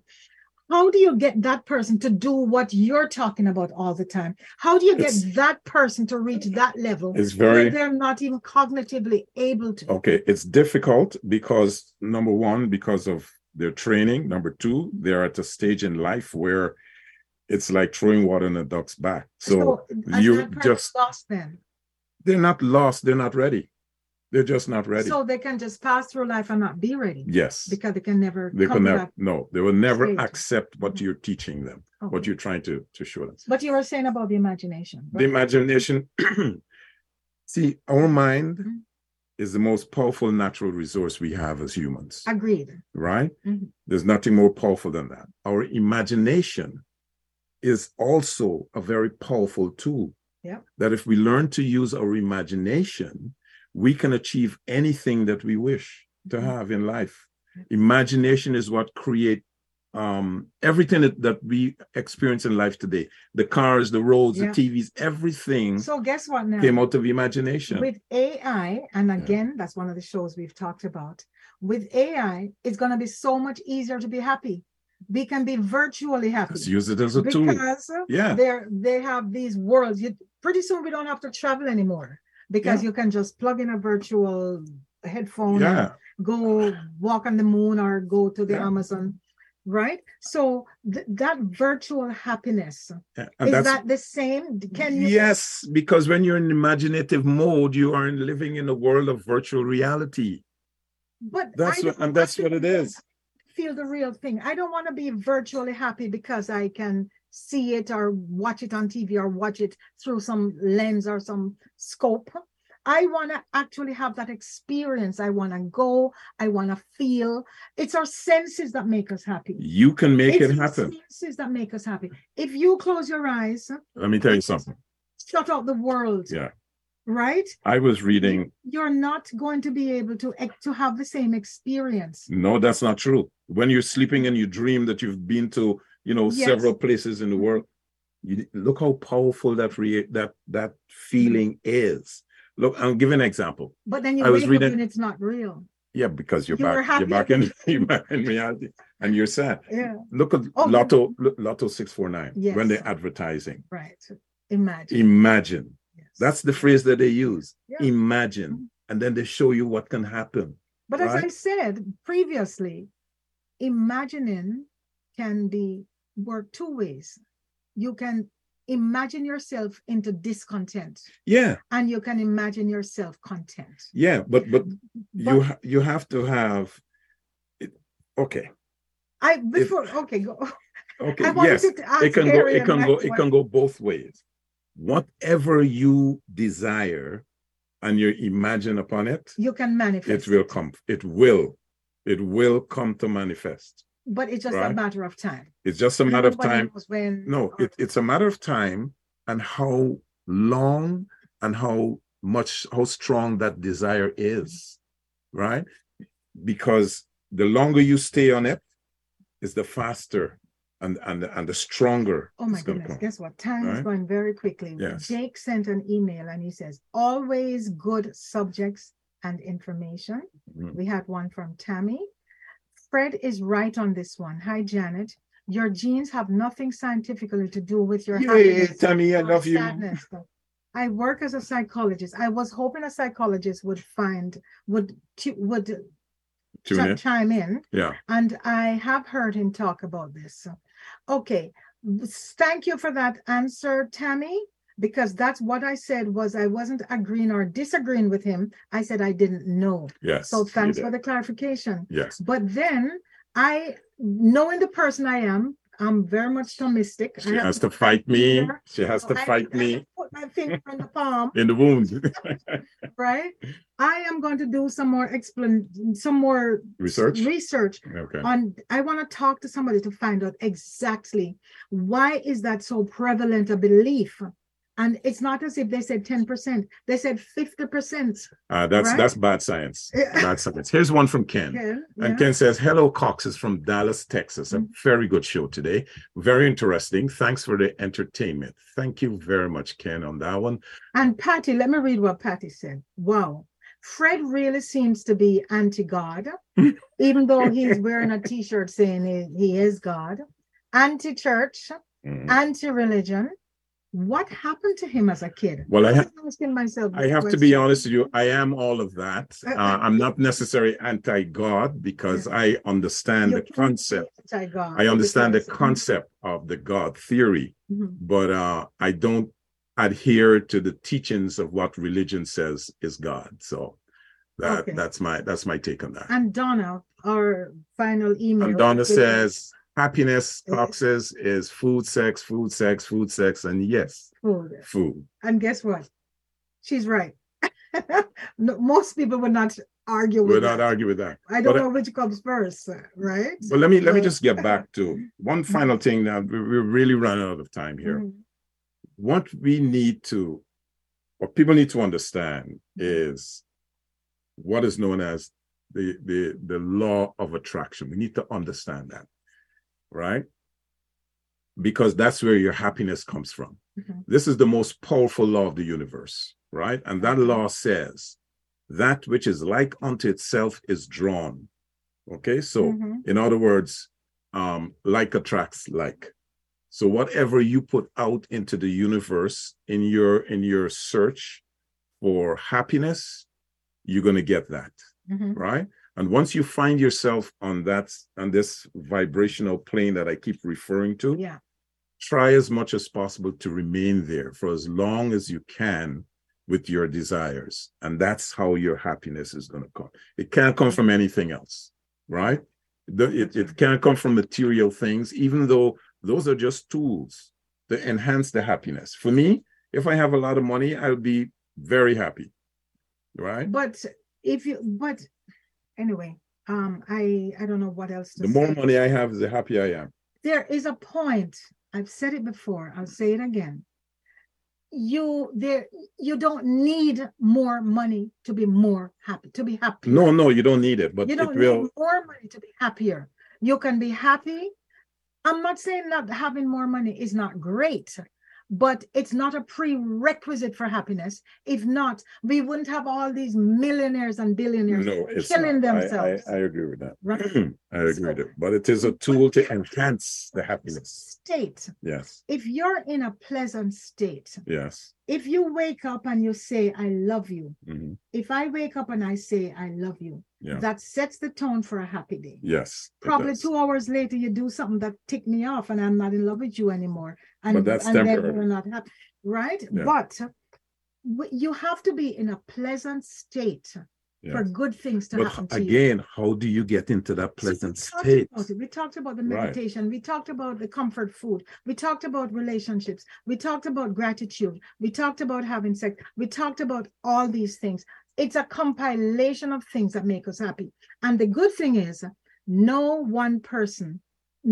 [SPEAKER 3] how do you get that person to do what you're talking about all the time how do you get
[SPEAKER 2] It's-
[SPEAKER 3] that person to reach that level
[SPEAKER 2] it's
[SPEAKER 3] where
[SPEAKER 2] very Oh,
[SPEAKER 3] they're not even cognitively able to
[SPEAKER 2] Okay, it's difficult because number one, because of their training. Number two, they're at a stage in life where it's like throwing water in a duck's back. So,
[SPEAKER 3] and
[SPEAKER 2] you
[SPEAKER 3] that person
[SPEAKER 2] just-
[SPEAKER 3] lost them
[SPEAKER 2] they're not lost, they're not ready. They're just not ready.
[SPEAKER 3] so they can just pass through life and not be ready
[SPEAKER 2] yes.
[SPEAKER 3] because they can never
[SPEAKER 2] They
[SPEAKER 3] come
[SPEAKER 2] can
[SPEAKER 3] to
[SPEAKER 2] never no, they will never
[SPEAKER 3] stage.
[SPEAKER 2] accept what
[SPEAKER 3] Mhm.
[SPEAKER 2] you're teaching them, what
[SPEAKER 3] that- okay.
[SPEAKER 2] you're trying to to show them.
[SPEAKER 3] but you were saying about the imagination
[SPEAKER 2] The imagination. See, our mind
[SPEAKER 3] Mhm.
[SPEAKER 2] is the most powerful natural resource we have as humans.
[SPEAKER 3] agreed
[SPEAKER 2] right?
[SPEAKER 3] Mhm.
[SPEAKER 2] There's nothing more powerful than that. Our imagination is also a very powerful tool.
[SPEAKER 3] Yep.
[SPEAKER 2] That if we learn to use our imagination, we can achieve anything that we wish to
[SPEAKER 3] Mhm.
[SPEAKER 2] have in life.
[SPEAKER 3] Yep.
[SPEAKER 2] Imagination is what create um, everything that, that we experience in life today. The cars, the roads, the
[SPEAKER 3] Yeah.
[SPEAKER 2] TVs, everything
[SPEAKER 3] So guess what now?
[SPEAKER 2] came out of imagination.
[SPEAKER 3] With AI, and
[SPEAKER 2] Yeah.
[SPEAKER 3] again, that's one of the shows we've talked about. With AI, it's going to be so much easier to be happy. We can be virtually happy
[SPEAKER 2] Let's use it as a tool.
[SPEAKER 3] because
[SPEAKER 2] Yeah.
[SPEAKER 3] they're they have these worlds. You pretty soon we don't have to travel anymore because you can just plug in a virtual headphone, and
[SPEAKER 2] Yeah.
[SPEAKER 3] go walk on the moon or go to the
[SPEAKER 2] Yeah.
[SPEAKER 3] Amazon, right? So th- that virtual happiness
[SPEAKER 2] yeah.
[SPEAKER 3] is that the same? Can you
[SPEAKER 2] yes, because when you're in imaginative mode, you are in- living in a world of virtual reality.
[SPEAKER 3] But
[SPEAKER 2] That's what,
[SPEAKER 3] I don't-
[SPEAKER 2] and
[SPEAKER 3] I
[SPEAKER 2] that's what it
[SPEAKER 3] don't
[SPEAKER 2] is.
[SPEAKER 3] Feel the real thing. I don't want to be virtually happy because I can see it or watch it on TV or watch it through some lens or some scope. I want to actually have that experience. I want to go. I want to feel. It's our senses that make us happy.
[SPEAKER 2] You can make
[SPEAKER 3] it's
[SPEAKER 2] it
[SPEAKER 3] our
[SPEAKER 2] happen.
[SPEAKER 3] Senses that make us happy. If you close your eyes,
[SPEAKER 2] Let me tell you something.
[SPEAKER 3] shut out the world,
[SPEAKER 2] Yeah,
[SPEAKER 3] right?
[SPEAKER 2] I was reading.
[SPEAKER 3] You're not going to be able to ex- to have the same experience.
[SPEAKER 2] No, that's not true. When you're sleeping and you dream that you've been to, you know,
[SPEAKER 3] Yes.
[SPEAKER 2] several places in the world, you look how powerful that re- that that feeling is. Look, I'll give an example.
[SPEAKER 3] But then you
[SPEAKER 2] I was
[SPEAKER 3] wake
[SPEAKER 2] reading-
[SPEAKER 3] up and it's not real.
[SPEAKER 2] Yeah, because you're
[SPEAKER 3] You were
[SPEAKER 2] back, you're
[SPEAKER 3] happy.
[SPEAKER 2] back in, you're back in reality, and you're sad.
[SPEAKER 3] Yeah,
[SPEAKER 2] Look at
[SPEAKER 3] Oh,
[SPEAKER 2] Lotto, Lotto six four nine when
[SPEAKER 3] Yes.
[SPEAKER 2] they're advertising.
[SPEAKER 3] right. Imagine.
[SPEAKER 2] imagine
[SPEAKER 3] yes.
[SPEAKER 2] that's the phrase that they use
[SPEAKER 3] Yeah. Mm-hmm.
[SPEAKER 2] imagine and then they show you what can happen
[SPEAKER 3] But as I
[SPEAKER 2] right.
[SPEAKER 3] said previously, imagining can be work two ways. You can imagine yourself into discontent,
[SPEAKER 2] yeah
[SPEAKER 3] and you can imagine yourself content.
[SPEAKER 2] yeah but but you
[SPEAKER 3] But
[SPEAKER 2] ha- you have to have it, okay
[SPEAKER 3] I before okay go.
[SPEAKER 2] okay
[SPEAKER 3] I wanted
[SPEAKER 2] yes
[SPEAKER 3] to t- ask
[SPEAKER 2] it can go
[SPEAKER 3] Harry
[SPEAKER 2] it
[SPEAKER 3] a
[SPEAKER 2] can
[SPEAKER 3] nice
[SPEAKER 2] go it
[SPEAKER 3] one.
[SPEAKER 2] can go both ways whatever you desire and you imagine upon it
[SPEAKER 3] You can manifest.
[SPEAKER 2] it will come it will it will come to manifest
[SPEAKER 3] But it's just a
[SPEAKER 2] right?
[SPEAKER 3] matter of time.
[SPEAKER 2] it's just a matter of
[SPEAKER 3] Nobody
[SPEAKER 2] time
[SPEAKER 3] knows when.
[SPEAKER 2] No,
[SPEAKER 3] or-
[SPEAKER 2] it, it's a matter of time and how long and how much, how strong that desire is, right? Because the longer you stay on it, is the faster and and and the stronger.
[SPEAKER 3] Oh my
[SPEAKER 2] it's gonna
[SPEAKER 3] goodness,
[SPEAKER 2] come.
[SPEAKER 3] guess what? Time is
[SPEAKER 2] right?
[SPEAKER 3] going very quickly.
[SPEAKER 2] Yes.
[SPEAKER 3] Jake sent an email and he says, always good subjects and information.
[SPEAKER 2] Mhm.
[SPEAKER 3] We had one from Tammy. Fred is right on this one. Hi, Janet. Your genes have nothing scientifically to do with your
[SPEAKER 2] Yay,
[SPEAKER 3] happiness
[SPEAKER 2] Tammy, I
[SPEAKER 3] or
[SPEAKER 2] love you.
[SPEAKER 3] sadness. I work as a psychologist. I was hoping a psychologist would find would tu- would
[SPEAKER 2] Tune
[SPEAKER 3] chi-
[SPEAKER 2] in.
[SPEAKER 3] chime in.
[SPEAKER 2] Yeah.
[SPEAKER 3] And I have heard him talk about this. Okay, s- thank you for that answer, Tammy, because that's what I said was I wasn't agreeing or disagreeing with him. I said I didn't know.
[SPEAKER 2] Yes.
[SPEAKER 3] So
[SPEAKER 2] you
[SPEAKER 3] thanks
[SPEAKER 2] did.
[SPEAKER 3] for the clarification.
[SPEAKER 2] Yes.
[SPEAKER 3] But then I, knowing the person I am, I'm very much Thomistic. I
[SPEAKER 2] She
[SPEAKER 3] have
[SPEAKER 2] has
[SPEAKER 3] to
[SPEAKER 2] to fight me.
[SPEAKER 3] finger.
[SPEAKER 2] She has to
[SPEAKER 3] I-
[SPEAKER 2] fight
[SPEAKER 3] I
[SPEAKER 2] me
[SPEAKER 3] Put my finger in the palm,
[SPEAKER 2] in the wound.
[SPEAKER 3] right? I am going to do some more explain, some more
[SPEAKER 2] Research.
[SPEAKER 3] research
[SPEAKER 2] Okay.
[SPEAKER 3] on. I want to talk to somebody to find out exactly why is that so prevalent a belief. And it's not as if they said 10%, they said 50%.
[SPEAKER 2] Uh, that's
[SPEAKER 3] Right?
[SPEAKER 2] that's bad science. Bad science. Here's one from Ken.
[SPEAKER 3] Ken, yeah. Mm-hmm.
[SPEAKER 2] And Ken says, Hello, Cox is from Dallas, Texas. A very good show today. Very interesting. Thanks for the entertainment. Thank you very much, Ken, on that one.
[SPEAKER 3] And Patty, let me read what Patty said. Wow. Fred really seems to be anti God, even though he's wearing a t shirt saying he, he is God, anti church,
[SPEAKER 2] Mm.
[SPEAKER 3] anti religion. What happened to him as a kid?
[SPEAKER 2] Well, I,
[SPEAKER 3] I
[SPEAKER 2] ha-
[SPEAKER 3] was asking myself.
[SPEAKER 2] I
[SPEAKER 3] this
[SPEAKER 2] have to
[SPEAKER 3] question.
[SPEAKER 2] be honest with you. I am all of that.
[SPEAKER 3] Uh,
[SPEAKER 2] Uh,
[SPEAKER 3] uh,
[SPEAKER 2] I'm not necessarily anti God because
[SPEAKER 3] Yeah.
[SPEAKER 2] I understand
[SPEAKER 3] You
[SPEAKER 2] the
[SPEAKER 3] can't be
[SPEAKER 2] concept.
[SPEAKER 3] anti-God
[SPEAKER 2] I understand the
[SPEAKER 3] because-
[SPEAKER 2] concept of the God theory,
[SPEAKER 3] Mhm,
[SPEAKER 2] but uh, I don't adhere to the teachings of what religion says is God. So that
[SPEAKER 3] Okay.
[SPEAKER 2] that's my that's my take on that.
[SPEAKER 3] And Donna, our final email.
[SPEAKER 2] And Donna
[SPEAKER 3] is-
[SPEAKER 2] says happiness
[SPEAKER 3] Uh,
[SPEAKER 2] boxes is food, sex, food, sex, food, sex, and yes,
[SPEAKER 3] Food.
[SPEAKER 2] food.
[SPEAKER 3] And guess what? She's right. No, Most people would not argue with
[SPEAKER 2] We're not
[SPEAKER 3] that.
[SPEAKER 2] arguing with that.
[SPEAKER 3] I don't
[SPEAKER 2] But-
[SPEAKER 3] know which comes first, uh, right?
[SPEAKER 2] But let me let me
[SPEAKER 3] So-
[SPEAKER 2] just get back to one final thing. Now we- we're really running out of time here.
[SPEAKER 3] Mhm.
[SPEAKER 2] What we need to, what people need to understand is what is known as the the the law of attraction. We need to understand that, right? Because that's where your happiness comes from.
[SPEAKER 3] Mhm.
[SPEAKER 2] This is the most powerful law of the universe, right? And that law says that which is like unto itself is drawn. Okay, so.
[SPEAKER 3] Mhm.
[SPEAKER 2] In other words, um, like attracts like. So whatever you put out into the universe in your in your search for happiness, you're gonna get that,
[SPEAKER 3] Mhm.
[SPEAKER 2] right? And once you find yourself on that on this vibrational plane that I keep referring to,
[SPEAKER 3] Yeah.
[SPEAKER 2] try as much as possible to remain there for as long as you can with your desires. And that's how your happiness is going to come. It can't come from anything else, right? The- it, it can't come from material things, even though those are just tools to enhance the happiness. For me, if I have a lot of money, I'll be very happy, right?
[SPEAKER 3] But if you, but anyway, um, I I don't know what else to
[SPEAKER 2] The more
[SPEAKER 3] say.
[SPEAKER 2] money I have, the happier I am.
[SPEAKER 3] There is a point. I've said it before. I'll say it again. You there. You don't need more money to be more happy. To be happy.
[SPEAKER 2] No, no, you don't need it, but
[SPEAKER 3] you
[SPEAKER 2] it
[SPEAKER 3] don't
[SPEAKER 2] will.
[SPEAKER 3] need more money to be happier. You can be happy. I'm not saying not having more money is not great, but it's not a prerequisite for happiness. If not, we wouldn't have all these millionaires and billionaires
[SPEAKER 2] no, it's
[SPEAKER 3] killing
[SPEAKER 2] not. I-
[SPEAKER 3] themselves.
[SPEAKER 2] I, I agree with that.
[SPEAKER 3] right?
[SPEAKER 2] I agree with it. But it is a tool to enhance the happiness.
[SPEAKER 3] State.
[SPEAKER 2] Yes.
[SPEAKER 3] If you're in a pleasant state,
[SPEAKER 2] Yes.
[SPEAKER 3] if you wake up and you say, I love you,
[SPEAKER 2] Mhm.
[SPEAKER 3] if I wake up and I say, I love you,
[SPEAKER 2] Yeah.
[SPEAKER 3] that sets the tone for a happy day.
[SPEAKER 2] Yes. it
[SPEAKER 3] probably
[SPEAKER 2] does.
[SPEAKER 3] two hours later you do something that ticked me off and i'm not in love with you anymore and,
[SPEAKER 2] But that's
[SPEAKER 3] and then
[SPEAKER 2] temporary.
[SPEAKER 3] we're not happy right
[SPEAKER 2] Yeah.
[SPEAKER 3] but w- you have to be in a pleasant state for
[SPEAKER 2] Yes.
[SPEAKER 3] good things to
[SPEAKER 2] But
[SPEAKER 3] happen
[SPEAKER 2] h-
[SPEAKER 3] to you
[SPEAKER 2] again, how do you get into that
[SPEAKER 3] So we
[SPEAKER 2] pleasant
[SPEAKER 3] talked
[SPEAKER 2] state?
[SPEAKER 3] about it. we talked about the
[SPEAKER 2] Right.
[SPEAKER 3] meditation we talked about the comfort food we talked about relationships we talked about gratitude we talked about having sex we talked about all these things it's a compilation of things that make us happy and the good thing is no one person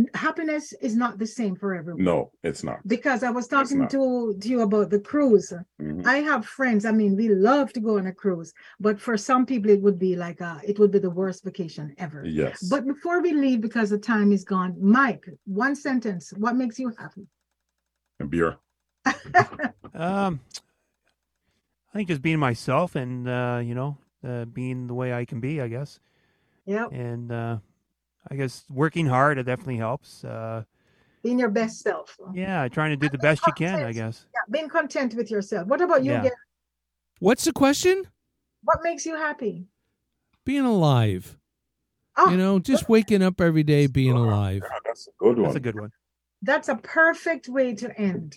[SPEAKER 3] n- happiness is not the same for everyone
[SPEAKER 2] No, Mm. it's not.
[SPEAKER 3] because i was talking
[SPEAKER 2] not.
[SPEAKER 3] to, to you about the cruise
[SPEAKER 2] Mhm.
[SPEAKER 3] I have friends. I mean, we love to go on a cruise, but for some people, it would be like uh it would be the worst vacation ever.
[SPEAKER 2] Yes.
[SPEAKER 3] But before we leave, because the time is gone, Mike, one sentence. What makes you happy?
[SPEAKER 2] And beer.
[SPEAKER 4] Um, I think just being myself and uh, you know uh, being the way I can be, I guess,
[SPEAKER 3] Yeah,
[SPEAKER 4] and uh, I guess working hard it definitely helps. Uh,
[SPEAKER 3] being your best self. Yeah,
[SPEAKER 4] yeah, trying to do the best you can, I
[SPEAKER 3] content.
[SPEAKER 4] guess.
[SPEAKER 3] being content with yourself. What about you,
[SPEAKER 4] Yeah.
[SPEAKER 3] Gary?
[SPEAKER 1] What's the question?
[SPEAKER 3] What makes you happy?
[SPEAKER 1] Being alive.
[SPEAKER 3] Oh,
[SPEAKER 1] you know, just waking up every day being alive.
[SPEAKER 2] Yeah, Ah, that's a good
[SPEAKER 4] That's
[SPEAKER 2] one.
[SPEAKER 4] a good one.
[SPEAKER 3] that's a perfect way to end.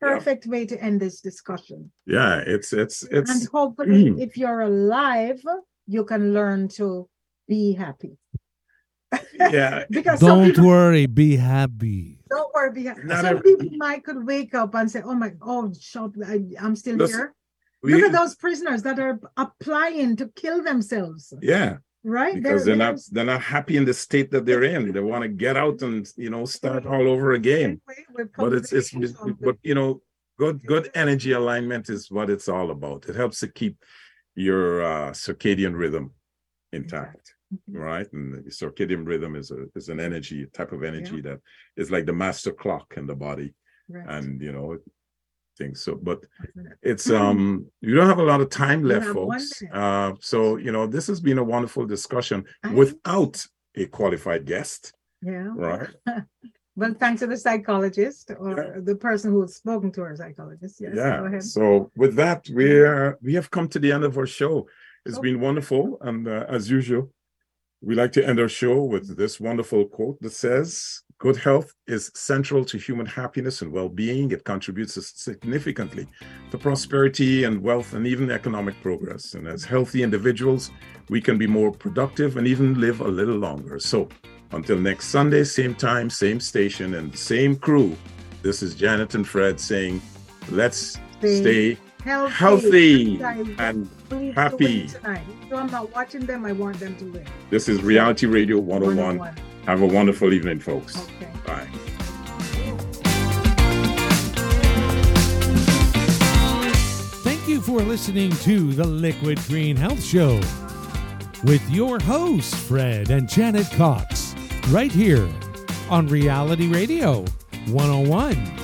[SPEAKER 3] Perfect way to end this discussion.
[SPEAKER 2] yeah, it's it's
[SPEAKER 3] And
[SPEAKER 2] it's mm.
[SPEAKER 3] hopefully, if you're alive, you can learn to be happy.
[SPEAKER 2] yeah.
[SPEAKER 3] Because some
[SPEAKER 1] Don't
[SPEAKER 3] people
[SPEAKER 1] worry, be happy.
[SPEAKER 3] Don't worry. Behind.
[SPEAKER 2] Not
[SPEAKER 3] Some
[SPEAKER 2] every-
[SPEAKER 3] people might could wake up and say, "Oh my, oh, shot, I, I'm still
[SPEAKER 2] Listen,
[SPEAKER 3] here."
[SPEAKER 2] We-
[SPEAKER 3] Look at those prisoners that are applying to kill themselves,
[SPEAKER 2] yeah,
[SPEAKER 3] right?
[SPEAKER 2] because they're not they're not happy in the state that they're in. They want to get out and you know start all over again. But it's it's but you know good good energy alignment is what it's all about. It helps to keep your uh, circadian rhythm intact,
[SPEAKER 3] Mm-hmm.
[SPEAKER 2] right? And the circadian rhythm is a is an energy a type of energy that is like the master clock in the body, and you know things. So, but it's um you don't have a lot of time
[SPEAKER 3] Mm-hmm. You
[SPEAKER 2] left
[SPEAKER 3] have one
[SPEAKER 2] folks
[SPEAKER 3] minute.
[SPEAKER 2] uh so you know this has been a wonderful discussion without a qualified guest
[SPEAKER 3] yeah.
[SPEAKER 2] right
[SPEAKER 3] Well, thanks to the psychologist or
[SPEAKER 2] Yeah.
[SPEAKER 3] the person who's spoken to our psychologist. Yes, go
[SPEAKER 2] yeah
[SPEAKER 3] ahead.
[SPEAKER 2] so with that we're we have come to the end of our show It's
[SPEAKER 3] Oh.
[SPEAKER 2] been wonderful and uh, as usual we like to end our show with this wonderful quote that says good health is central to human happiness and well-being it contributes significantly to prosperity and wealth and even economic progress and as healthy individuals we can be more productive and even live a little longer so until next sunday same time same station and same crew this is janet and fred saying let's stay
[SPEAKER 3] healthy,
[SPEAKER 2] healthy
[SPEAKER 3] I want
[SPEAKER 2] and
[SPEAKER 3] them to win
[SPEAKER 2] happy.
[SPEAKER 3] tonight. So I'm not watching them. I want them to win.
[SPEAKER 2] this is reality radio 101
[SPEAKER 3] 101.
[SPEAKER 2] have a wonderful evening folks
[SPEAKER 3] Okay.
[SPEAKER 2] oh bye
[SPEAKER 1] Thank you for listening to the Liquid Green Health Show with your hosts, Fred and oh Janet Cox, right here on Reality Radio 101.